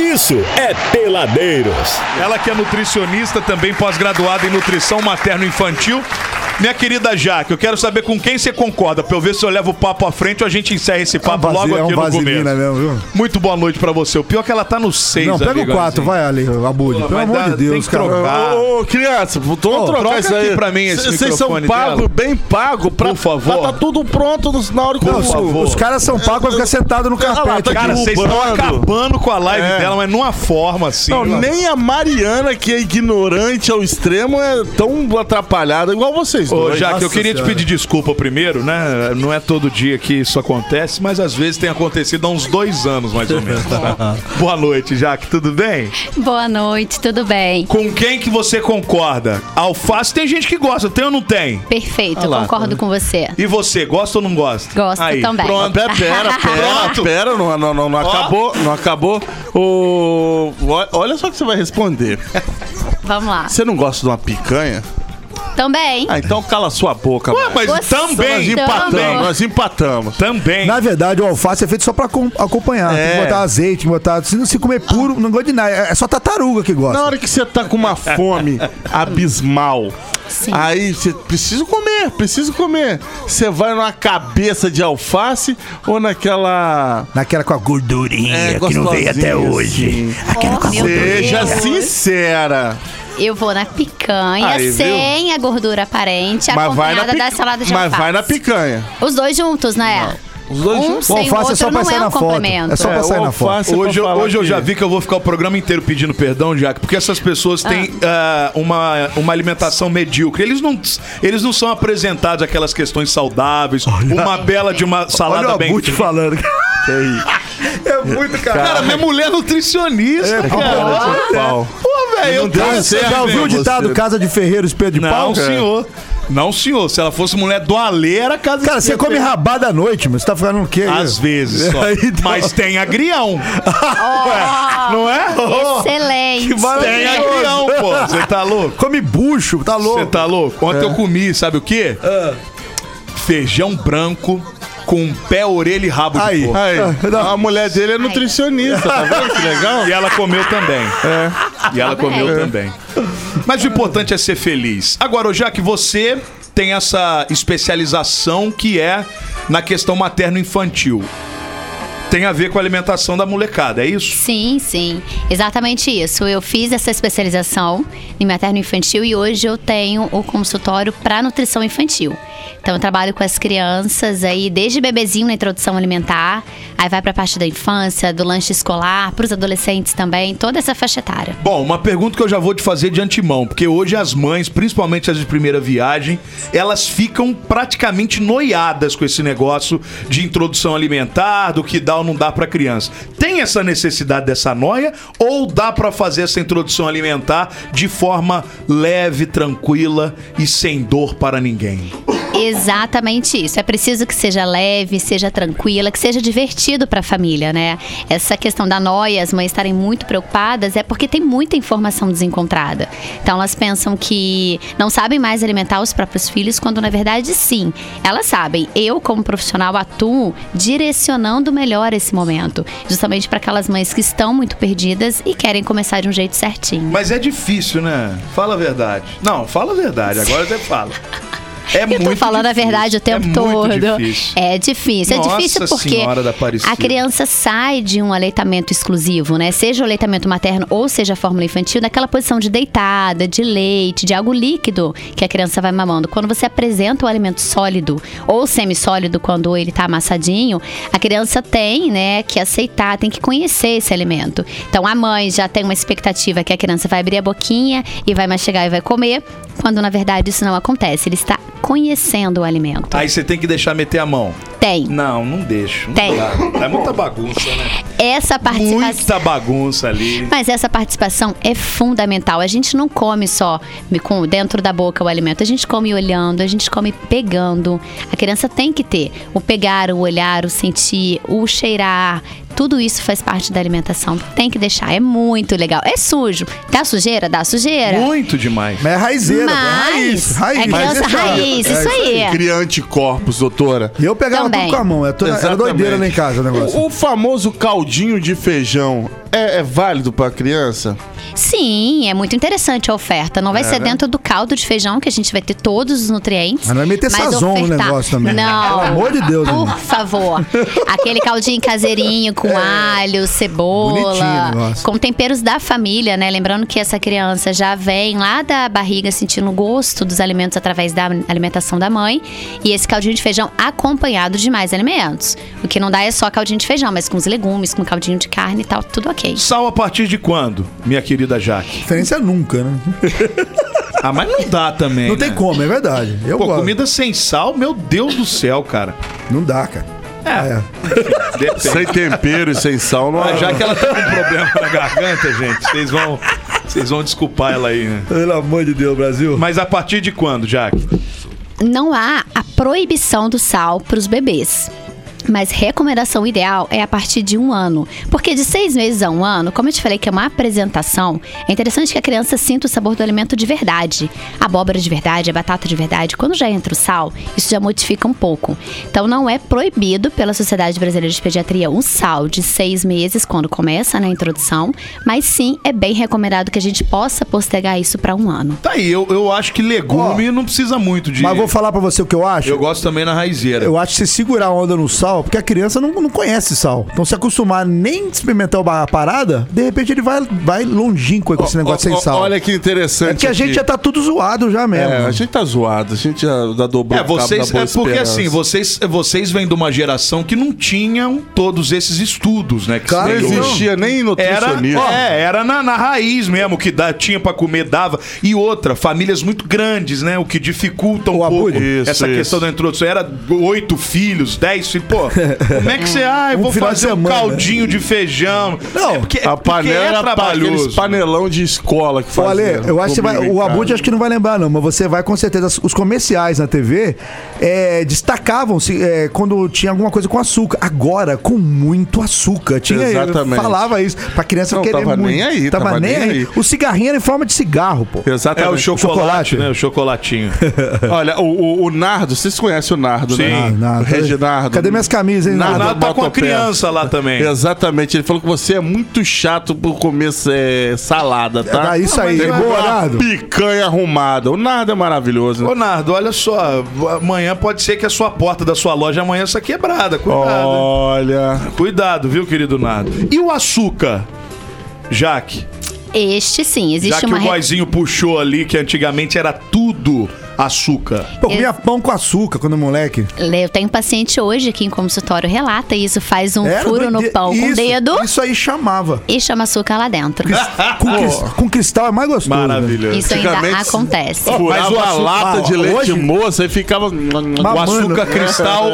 isso é Peladeiros. Ela que é nutricionista, também pós-graduada em nutrição materno-infantil. Minha querida Jaque, eu quero saber com quem você concorda, pra eu ver se eu levo o papo à frente ou a gente encerra esse papo vasi- logo é aqui um no começo. vaselina mesmo, viu? Muito boa noite pra você. O pior é que ela tá no 6, Não, pega o 4, assim. vai ali, Abud. Pô, Pelo vai amor dar- de tem Deus, que cara. trocar. Ô, ô, criança, vamos trocar troca isso aqui aí. pra mim esse Cê- Vocês são microfone pagos, dela. bem pagos, pra, Por favor. pra tá tudo pronto no- na hora que Não, eu os- os caras são pagos pra ficar sentado no lá, carpete. tá Cara, aqui. vocês estão derrubando. acabando com a live É. dela, mas numa forma assim. Não, nem a Mariana, que é ignorante ao extremo, é tão atrapalhada igual vocês. Ô, dois. Jaque, eu Nossa queria te Senhora. pedir desculpa primeiro, né? Não é todo dia que isso acontece, mas às vezes tem acontecido há uns dois anos, mais ou menos. tá? Boa noite, Jaque, tudo bem? Boa noite, tudo bem? Com quem que você concorda? Alface tem gente que gosta, tem ou não tem? Perfeito, lá, eu concordo com você. E você, gosta ou não gosta? Gosto Aí, também. Pronto. Pera, pera, pera, Pronto. pera, não, não, não, não acabou, não acabou. Ô, ó- olha só o que você vai responder. Vamos lá. Você não gosta de uma picanha? Também. Ah, então cala sua boca. Ué, mano. Ah, mas Nós Gostamos. também, Então- empatamos, nós empatamos. também. Na verdade, o alface é feito só pra acom- acompanhar. Tem É. que botar azeite, tem que botar. Se não se comer puro, não gosta de nada. É só tartaruga que gosta. Na hora que você tá com uma fome abismal, Sim. aí você precisa comer, precisa comer. Você vai numa cabeça de alface ou naquela. Naquela com a gordurinha É, que não veio gostosinha, até hoje. assim. Aquela Oh, com a meu Seja Deus. sincera. Eu vou na picanha, Aí, viu? sem a gordura aparente, Mas vai, na acompanhada pic- Tá da salada de mas alface. vai na picanha. Os dois juntos, né? Os dois um juntos. O sem o alface outro é só pra não sair é um na foto. complemento. É só pra É, sair o na foto. alface- Você hoje pra eu, falar hoje eu que- já vi que eu vou ficar o programa inteiro pedindo perdão, Jaque, porque essas pessoas têm ah, uma, uma alimentação medíocre. Eles não, eles não são apresentados aquelas questões saudáveis, uma bela de uma salada Olha o tá bem. Abud falando. É muito caralho. Cara, minha mulher é nutricionista, cara. Pô, velho, eu deu tenho- certo, já ouviu o você. ditado Casa de Ferreiro, Espelho de Pau? Não, senhor. Não, senhor. Se ela fosse mulher do Alê, era casa Cara, você inteira. come rabada à noite, mas você tá ficando o quê? Às vezes só. É, então. Mas tem agrião. Ué, não é? Excelente. Tem agrião, pô. Você tá louco? Come bucho, tá louco. Você tá louco? Ontem É. eu comi, sabe o quê? Ah. Feijão branco com um pé, orelha e rabo Aí. de porco. Aí, a mulher dele é nutricionista, tá vendo que legal? E ela comeu também. E ela comeu também. É. Mas o importante é ser feliz. Agora, ô, já que você tem essa especialização que é na questão materno-infantil. Tem a ver com a alimentação da molecada, é isso? Sim, sim. Exatamente isso. Eu fiz essa especialização em materno infantil e hoje eu tenho o consultório para nutrição infantil. Então eu trabalho com as crianças aí desde bebezinho na introdução alimentar, aí vai para a parte da infância, do lanche escolar, para os adolescentes também, toda essa faixa etária. Bom, uma pergunta que eu já vou te fazer de antemão, porque hoje as mães, principalmente as de primeira viagem, elas ficam praticamente noiadas com esse negócio de introdução alimentar, do que dá ou não dá pra criança. Tem essa necessidade dessa noia ou dá pra fazer essa introdução alimentar de forma leve, tranquila e sem dor para ninguém? Exatamente isso. É preciso que seja leve, seja tranquila, que seja divertido para a família, né? Essa questão da noia, as mães estarem muito preocupadas, é porque tem muita informação desencontrada. Então elas pensam que não sabem mais alimentar os próprios filhos, quando na verdade sim. Elas sabem. Eu, como profissional, atuo direcionando melhor esse momento, justamente para aquelas mães que estão muito perdidas e querem começar de um jeito certinho. Mas é difícil, né? Fala a verdade. Não, fala a verdade, agora você fala. É Eu tô muito falando a difícil, verdade o tempo é todo. Muito difícil. É difícil. Nossa é difícil porque Senhora da Aparecida. a criança sai de um aleitamento exclusivo, né? Seja o aleitamento materno ou seja a fórmula infantil, naquela posição de deitada, de leite, de algo líquido que a criança vai mamando. Quando você apresenta o alimento sólido ou semissólido, quando ele tá amassadinho, a criança tem, né, que aceitar, tem que conhecer esse alimento. Então a mãe já tem uma expectativa que a criança vai abrir a boquinha e vai mastigar e vai comer, quando na verdade isso não acontece. Ele está conhecendo o alimento. Aí você tem que deixar meter a mão. Tem. Não, não deixo. Não Tem. dá. É muita bagunça, né? Essa participação. Muita bagunça ali. Mas essa participação é fundamental. A gente não come só com dentro da boca o alimento, a gente come olhando, a gente come pegando. A criança tem que ter o pegar, o olhar, o sentir, o cheirar. Tudo isso faz parte da alimentação. Tem que deixar. É muito legal. É sujo. Dá sujeira? Dá sujeira. Muito demais. Mas é raizeira, pô, é Mas raiz, raiz. é criança Mas deixa- raiz, É, isso aí. Cria anticorpos, doutora. E eu pegava Também. tudo com a mão. Era, toda, era Exatamente. doideira lá em casa o negócio. O, o famoso caldinho de feijão é, é válido pra criança? Sim, é muito interessante a oferta. É, Não vai ser dentro do caldo de feijão que a gente vai ter todos os nutrientes. né? Mas não é vai meter sazon no ofertar- negócio também, né? Não. Pelo amor de Deus, Por amigo. favor. Aquele caldinho caseirinho com alho, É. Bonitinho o cebola, negócio. com temperos da família, né? Lembrando que essa criança já vem lá da barriga sentindo o gosto dos alimentos através da alimentação da mãe. E esse caldinho de feijão acompanhado de mais alimentos. O que não dá é só caldinho de feijão, mas com os legumes, com caldinho de carne e tal, tudo ok. Sal a partir de quando, minha querida Jaque? Diferença é nunca, né? Ah, mas não dá também. Não né? tem como, é verdade. Eu Pô, gosto. comida sem sal, meu Deus do céu, cara. Não dá, cara. É. Depende. Sem tempero e sem sal não é. Mas já que ela tá com um problema na garganta, gente, vocês vão, vocês vão desculpar ela aí, né? Pelo amor de Deus, Brasil. Mas a partir de quando, Jaque? não há a proibição do sal para os bebês. Mas recomendação ideal é a partir de um ano. Porque de seis meses a um ano, como eu te falei que é uma apresentação, é interessante que a criança sinta o sabor do alimento de verdade. A abóbora de verdade, a batata de verdade. Quando já entra o sal, isso já modifica um pouco. Então não é proibido pela Sociedade Brasileira de Pediatria um sal de seis meses, quando começa na introdução, mas sim é bem recomendado que a gente possa postergar isso para um ano. Tá aí, eu, eu acho que legume não precisa muito de. Mas vou falar pra você o que eu acho. Eu gosto também na raizeira. Eu acho que se segurar a onda no sal, porque a criança não, não conhece sal. Então, se acostumar nem experimentar a parada, de repente ele vai, vai longínquo com esse negócio Ó, ó, sem sal. Olha que interessante. é que a gente aqui. já tá tudo zoado já mesmo. É, a gente tá zoado, a gente já já dobrou É, o cabo vocês, da Boa é porque Esperança. assim, vocês, vocês vêm de uma geração que não tinham todos esses estudos, né? Que se Não Claro tem hoje. existia nem Era, nutricionista. ó, é, era na, na raiz mesmo, que dá, tinha pra comer, dava. E outra, famílias muito grandes, né? O que dificulta um O pouco apoio. Isso, essa isso. questão da introdução. Era oito filhos, dez filhos. Pô, como é que você... Ah, eu Um vou final de fazer um semana. caldinho de feijão. Não, é porque, a porque panela é era pa- aqueles trabalhoso. panelão de escola que fazia. Olha, eu acho que você vai, comigo em o Abud é casa. acho que não vai lembrar, não, mas você vai com certeza. As- Os comerciais na TV é, destacavam-se é, quando tinha alguma coisa com açúcar. Agora, com muito açúcar. Tinha, Exatamente. Falava isso pra criança Não, querer tava muito. nem aí, tava, nem aí. O cigarrinho era em forma de cigarro, pô. É Exatamente. o chocolate, Chocolate. né? O chocolatinho. Olha, o, o- o Nardo, vocês conhecem o Nardo, né? Sim. Ah, Nardo, nada. Reginardo. Cadê minhas camisas, hein? Nada. Ela Nada. tá com a Bota o pé. criança lá também. Exatamente, ele falou que você é muito chato por comer é, salada, tá? Ah, isso Não, aí. mas Boa, uma Nardo. Picanha arrumada. O Nardo é maravilhoso, né? Ô, Nardo, olha só, amanhã pode ser que a sua porta da sua loja amanhã está quebrada. Cuidado. hein? Olha. Cuidado, viu, querido Nardo? E o açúcar? Jaque, Este sim, já existe que uma o re- boizinho puxou ali que antigamente era tudo açúcar. Pô, comia pão com açúcar quando moleque. Eu tenho paciente hoje que em consultório relata isso, faz um Era furo no doide- pão com o isso, dedo Isso aí chamava. e chama açúcar lá dentro. Ah, Com, cris- com cristal é mais gostoso. velho. Maravilhoso. Isso ainda antigamente- Oh. acontece. Furava mas o a açúcar- lata de Ah, leite hoje- moça e ficava... O Ah, Mas- açúcar Mano. cristal,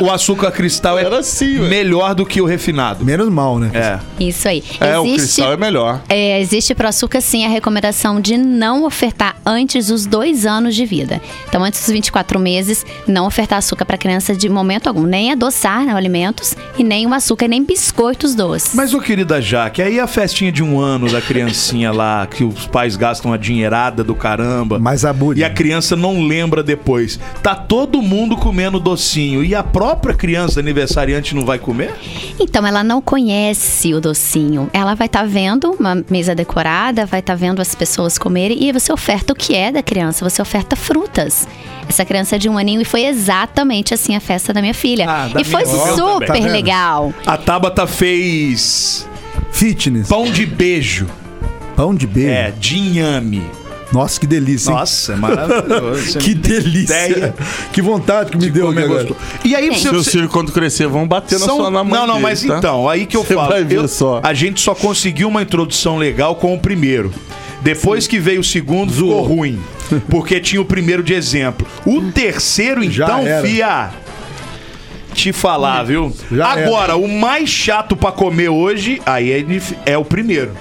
o, o açúcar cristal é Era assim, velho. melhor do que o refinado. Menos mal, né? É. Isso aí. É, o existe cristal é melhor. é, existe para açúcar sim a recomendação de não ofertar antes dos dois anos de vida. Então, antes dos 24 meses, não ofertar açúcar para criança de momento algum. Nem adoçar né, alimentos e nem o açúcar, nem biscoitos doces. Mas, ô querida Jaque, aí a festinha de um ano da criancinha lá, que os pais gastam a dinheirada do caramba. Mas a E a bulha. criança não lembra depois. Tá todo mundo comendo docinho. E a própria criança aniversariante não vai comer? Então, ela não conhece o docinho. Ela vai estar vendo uma mesa decorada, vai estar vendo as pessoas comerem e você oferta o que é da criança, você oferta frutas. Essa criança é de um aninho e foi exatamente assim a festa da minha filha. Ah, da e foi minha filha super também. Tá vendo? legal. A Tabata fez Fitness. pão de beijo. Pão de beijo. É, de inhame. Nossa, que delícia, hein? Nossa, é maravilhoso. Que delícia. Ideia. Que vontade que me deu, Como é meu gostoso. E aí, Sim. você, Seu Ciro, quando crescer, vão bater na São- sua na mãe Não, não, dele, mas tá? então, aí que eu Você falo. vai ver eu- só. A gente só conseguiu uma introdução legal com o primeiro. Depois que veio o segundo, ficou ruim. Porque tinha o primeiro de exemplo. O terceiro, Já então, era. fia. Te falar, viu? Já Agora, o mais chato pra comer hoje, aí é, dif- é o primeiro.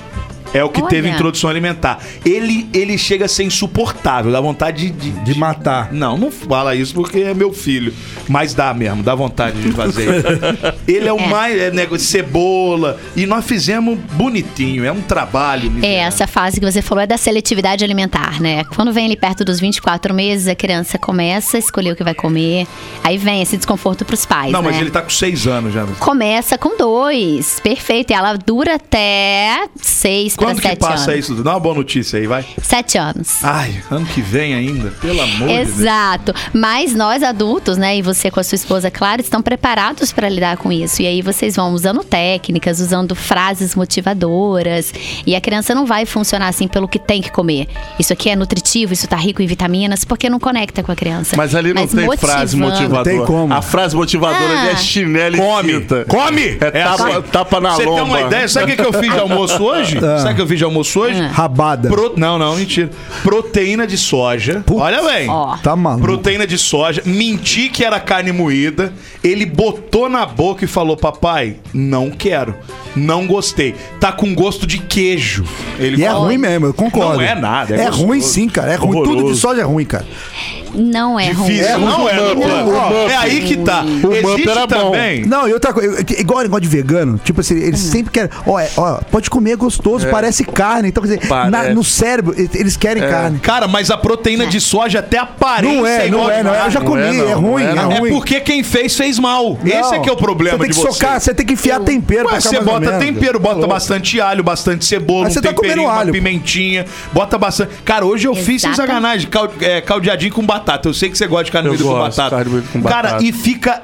É o que Olha. teve introdução alimentar. Ele, ele chega a ser insuportável, dá vontade de, de- De matar. Não, não fala isso porque é meu filho. Mas dá mesmo, dá vontade de fazer. ele é o É. mais. É negócio de cebola. E nós fizemos bonitinho, é um trabalho. É, miserável. essa fase que você falou é da seletividade alimentar, né? Quando vem ali perto dos 24 meses, a criança começa a escolher o que vai comer. Aí vem esse desconforto pros pais, Não, né? mas ele tá com seis anos já. Começa com dois, perfeito. E ela dura até seis para Quando que sete passa anos. isso? Dá uma boa notícia aí, vai. Sete anos. Ai, ano que vem ainda, pelo amor né? de Deus. Exato. Mas nós adultos, né, e você com a sua esposa, claro, estão preparados para lidar com isso. E aí vocês vão usando técnicas, usando frases motivadoras. E a criança não vai funcionar assim pelo que tem que comer. Isso aqui é nutritivo, isso tá rico em vitaminas, porque não conecta com a criança. Mas ali não tem frase motivando. motivadora. Não tem como. A frase motivadora Ah. ali é chinelo e fita. Come! É tapa- tapa na assim. Você tem lomba. Ah. uma ideia? Sabe o que que eu fiz de almoço hoje? Sabe o que eu fiz de almoço hoje? Ah. Rabada. Pro- Não, não, mentira. Proteína de soja. Putz. Olha bem. Ó. Tá maluco. Proteína de soja. Menti que era carne moída. Ele botou na boca e falou: Papai, não quero. Não gostei. Tá com gosto de queijo. Ele E é falou. ruim mesmo, eu concordo. Não é nada, é É, gostoso. ruim sim, cara. É ruim. Tudo de Horroroso. soja é ruim, cara. Não é ruim. Difícil. não é, Mup, doutor. o Mup. É aí que tá. O Mup Existe era bom. também. Não, e outra coisa, eu- igual negócio de vegano, tipo assim, eles Hum. sempre querem. Ó, é- ó, pode comer é gostoso, parece carne. Então, quer dizer, Parece. na- no cérebro, e- eles querem É. carne. Cara, mas a proteína de soja até aparece. Não é, não é, não é. Eu já Não comi, é, não. é ruim, Não é, é não. É ruim. porque quem fez, fez mal. Esse Não. é que é o problema Você tem que de você. socar, você tem que enfiar tempero pra Mas ficar você mais ou bota menos. tempero, bota Tá louco. bastante alho, bastante cebola, Mas um você tá comendo temperinho, uma alho, pô. pimentinha, bota bastante... Cara, hoje eu fiz sem Exatamente. sacanagem, cal, é, caldeadinho com batata. Eu sei que você gosta de carne Eu moída com gosto de batata. carne moída com Cara, batata. e fica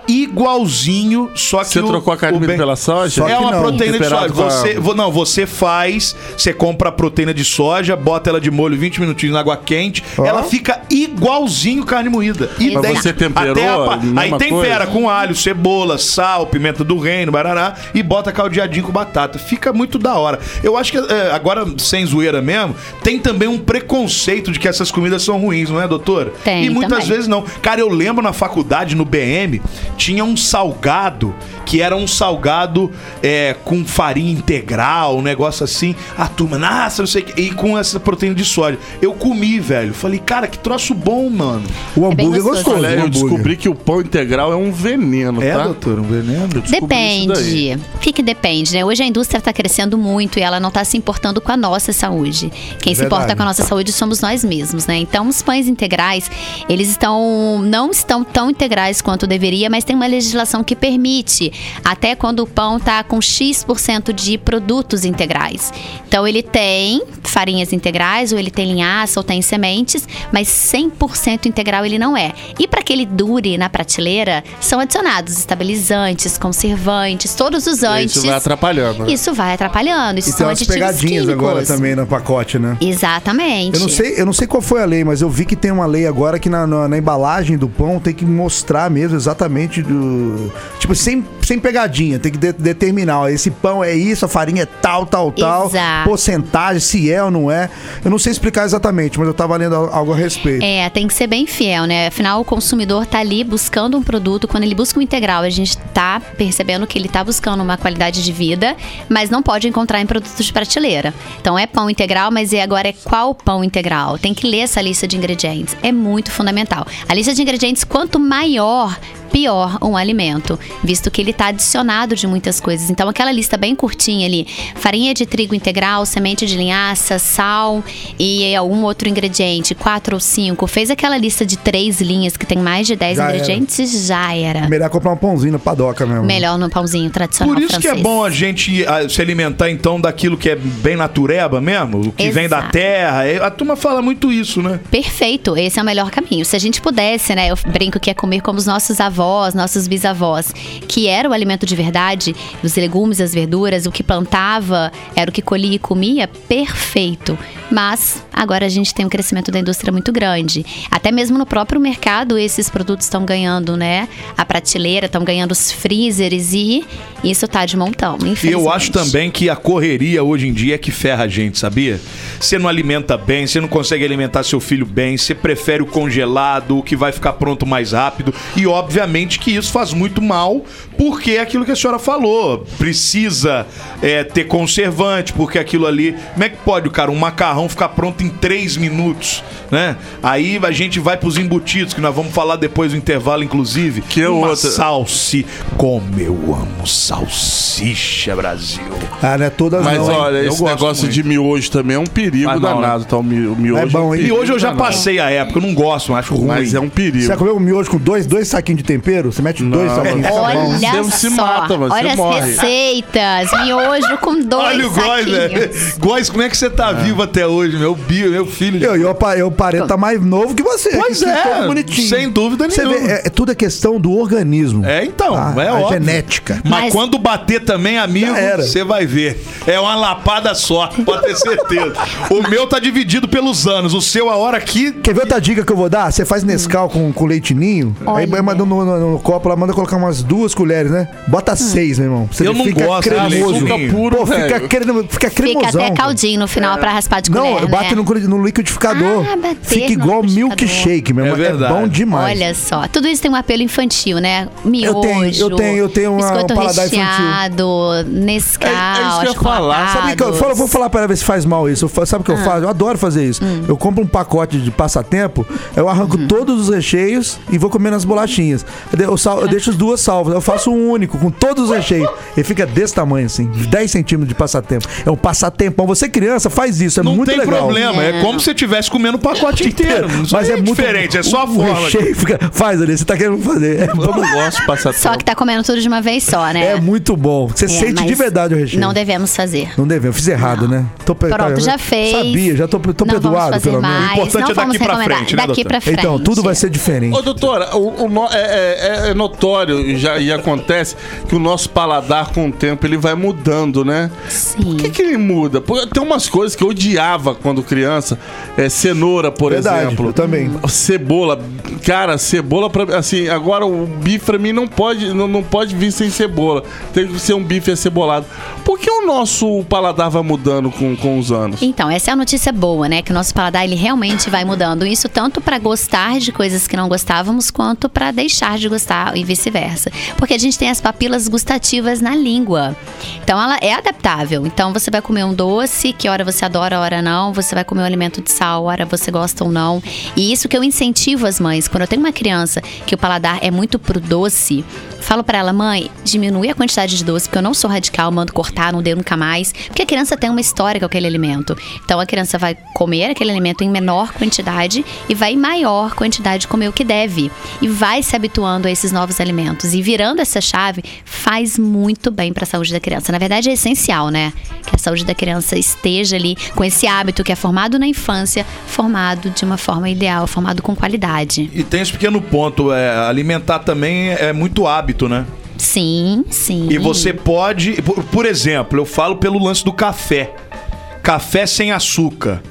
igualzinho, só que Você o- trocou a carne o moída bem- pela soja? Só é que uma não, proteína de soja. temperado com a- Você, vo- não, você faz, você compra a proteína de soja, bota ela de molho 20 minutinhos na água quente, Ó. ela fica igualzinho carne moída. Mas Idêntica. você temperou Até a pa- a mesma Aí tempera coisa? com alho, cebola, sal, pimenta do reino, barará, e bota caldeadinho com batata. Fica muito da hora. Eu acho que, é, agora, sem zoeira mesmo, tem também um preconceito de que essas comidas são ruins, não é, doutor? Tem, E muitas também. vezes vezes não. Cara, eu lembro na faculdade, no BM, tinha um salgado que era um salgado é, com farinha integral, um negócio assim. A turma, nossa, não sei o que. E com essa proteína de soja. Eu comi, velho. Falei, cara, que troço bom, mano. O É bem hambúrguer é gostoso. gostoso. Olha, o eu hambúrguer. descobri que o pão integral é um veneno, É, tá? doutor, um veneno. descobri isso daí. Depende. O que, que depende, né? Hoje a indústria está crescendo muito e ela não está se importando com a nossa saúde. Quem se Verdade. importa com a nossa saúde somos nós mesmos, né? Então, os pães integrais, eles estão não estão tão integrais quanto deveria, mas tem uma legislação que permite, até quando o pão está com X% de produtos integrais. Então, ele tem farinhas integrais, ou ele tem linhaça, ou tem sementes, mas 100% integral ele não é. E para que ele dure na prateleira, são adicionados estabilizantes, conservantes, todos os E antes. Isso vai atrapalhando. né? Isso vai atrapalhando. Isso E tem são é umas aditivos pegadinhas químicos. agora também no pacote, né? Exatamente. Eu não, sei, eu não sei qual foi a lei, mas eu vi que tem uma lei agora que na, na- na embalagem do pão tem que mostrar mesmo exatamente do. Tipo, sem, sem pegadinha, tem que de- determinar. ó, esse pão é isso, a farinha é tal, tal, tal. Exato. Porcentagem, se é ou não é. Eu não sei explicar exatamente, mas eu tava lendo al- algo a respeito. É, tem que ser bem fiel, né? Afinal, o consumidor tá ali buscando um produto. Quando ele busca um integral, a gente tá percebendo que ele tá buscando uma qualidade de vida, mas não pode encontrar em produtos de prateleira. Então é pão integral, mas e agora é qual pão integral? Tem que ler essa lista de ingredientes. É muito fundamental. A lista de ingredientes, quanto maior, pior um alimento, visto que ele está adicionado de muitas coisas. Então, aquela lista bem curtinha ali: farinha de trigo integral, semente de linhaça, sal e algum outro ingrediente, quatro ou cinco. Fez aquela lista de três linhas que tem mais de dez Já era. ingredientes, já era. Melhor comprar um pãozinho na padoca mesmo. Melhor no pãozinho tradicional Por isso que é francês. bom a gente ah, se alimentar, então, daquilo que é bem natureba mesmo, o que vem da Exato. terra. É, A turma fala muito isso, né? Perfeito, esse é o melhor caminho. Se a gente pudesse, né? Eu brinco que é comer como os nossos avós, nossos bisavós, que era o alimento de verdade, os legumes, as verduras, o que plantava, era o que colhia e comia, perfeito. Mas agora a gente tem um crescimento da indústria muito grande. Até mesmo no próprio mercado, esses produtos estão ganhando, né? A prateleira, estão ganhando os freezers e isso tá de montão, E infelizmente. eu acho também que a correria hoje em dia é que ferra a gente, sabia? Você não alimenta bem, você não consegue alimentar seu filho bem, você prefere o congelado, o que vai ficar pronto mais rápido. E, óbvio, obviamente que isso faz muito mal, porque é aquilo que a senhora falou. Precisa é, ter conservante, porque aquilo ali. Como é que pode, cara, um macarrão ficar pronto em três minutos, né? Aí a gente vai pros embutidos, que nós vamos falar depois do intervalo, inclusive. Que é Uma outra. salsi. Como eu amo salsicha, Brasil. Ah, não é todas Mas não, hein? olha, Eu esse gosto negócio muito. de miojo também é um perigo Ah, não, danado, tá? O mi- o miojo. É bom, hein? E hoje eu já danado. passei a época, eu não gosto, eu acho ruim. Mas é um perigo. Você vai comer um miojo com dois, dois saquinhos de tempero? Você mete dois saquinhos. Fica bom. Olha Você só, se mata, mano, olha você as morre. receitas, miojo com dois Olha o né? Góis, velho. saquinhos. Góis, como é que você tá vivo até hoje, meu bio, meu filho? Eu, eu, pa- eu pareto tá mais novo que você. Pois que é, todo bonitinho. sem dúvida Você nenhuma. vê, é, é tudo é questão do organismo. É, então, Tá? é a óbvio. genética. Mas, Mas- quando bater também, amigo, Já era. você vai ver. É uma lapada só, pode ter certeza. o meu tá dividido pelos anos, o seu a hora aqui. Quer ver outra dica que eu vou dar? Você faz Nescau com, com leite ninho, aí Olha. manda no, no- no copo lá, manda colocar umas duas colheres, né? Bota Hum. seis, meu irmão. Você Eu não fica gosto é de leite cremoso. ninho. puro, Pô, fica, velho. cremo, fica Fica cremosão. até cara. caldinho no final pra raspar de Não, colher, né? bate no, coli- no liquidificador. Ah, bater fica no igual liquidificador. milkshake, meu É irmão. É, verdade. bom demais. Olha só, tudo isso tem um apelo infantil, né? Miojo, Eu tenho- eu tenho- eu tenho uma- um biscoito paladar infantil. recheado, Nescau, É- é isso que eu ia falar. Sabe o que eu, falo- vou falar pra ela ver se faz mal isso. Eu fa- sabe o que Ah. eu faço? Eu adoro fazer isso. Hum. Eu compro um pacote de passatempo, eu arranco Uhum. todos os recheios e vou comendo as bolachinhas. Eu, de- eu sal- É. eu deixo as duas salvas. Eu faço um único, com todos os recheios. Ele fica desse tamanho, assim, 10 centímetros de passatempo. É um passatempão. Você, criança, faz isso. É Não muito tem legal. problema, é como se você estivesse comendo o pacote inteiro. Mas é muito diferente, é só a o forma. recheio fica, faz ali, você tá querendo fazer. É, Eu não gosto de passar Só que tá comendo tudo de uma vez só, né? é muito bom. Você É, sente de mas verdade o recheio. Não devemos fazer. Não deve, eu fiz errado, né? Tô pe- Pronto, já fez. Sabia, já tô, tô Não vamos perdoado fazer pelo menos. mais. O importante é não daqui vamos pra recomendar. frente, né, Daqui doutora? pra frente. Então, tudo vai ser diferente. Ô, doutora, o, o no- é, é- é- é notório e já, e acontece que o nosso paladar com o tempo ele vai mudando, né? Sim. Por que, que ele muda? Porque tem umas coisas que eu odiava quando criança. É, cenoura, por Verdade, exemplo. eu também. Cebola. Cara, cebola pra Assim, agora o bife pra mim não pode, não, não pode vir sem cebola. Tem que ser um bife acebolado. Por que o nosso paladar vai mudando com, com os anos? Então, essa é a notícia boa, né? Que o nosso paladar ele realmente vai mudando. Isso tanto para gostar de coisas que não gostávamos, quanto para deixar de gostar e vice-versa. Porque a gente tem as papilas gustativas na língua. Então, ela é adaptável. Então, você vai comer um doce, que hora você adora, hora não. Você vai comer um alimento de sal, hora você gosta ou não. E isso que eu incentivo as mães. Quando eu tenho uma criança que o paladar é muito pro doce, falo pra ela, mãe, diminui a quantidade de doce, porque eu não sou radical, mando cortar, não deu nunca mais. Porque a criança tem uma história com aquele alimento. Então a criança vai comer aquele alimento em menor quantidade e vai em maior quantidade comer o que deve. E vai se habituando a esses novos alimentos. E virando essa chave faz muito bem pra saúde da criança. Na verdade, é essencial, né? Que a saúde da criança esteja ali com esse hábito que é formado na infância, formado de uma forma ideal, formado com qualidade. E tem esse pequeno ponto, é, alimentar também é muito hábito, né? Sim, sim. E você pode, por, por exemplo, eu falo pelo lance do café. Café sem açúcar.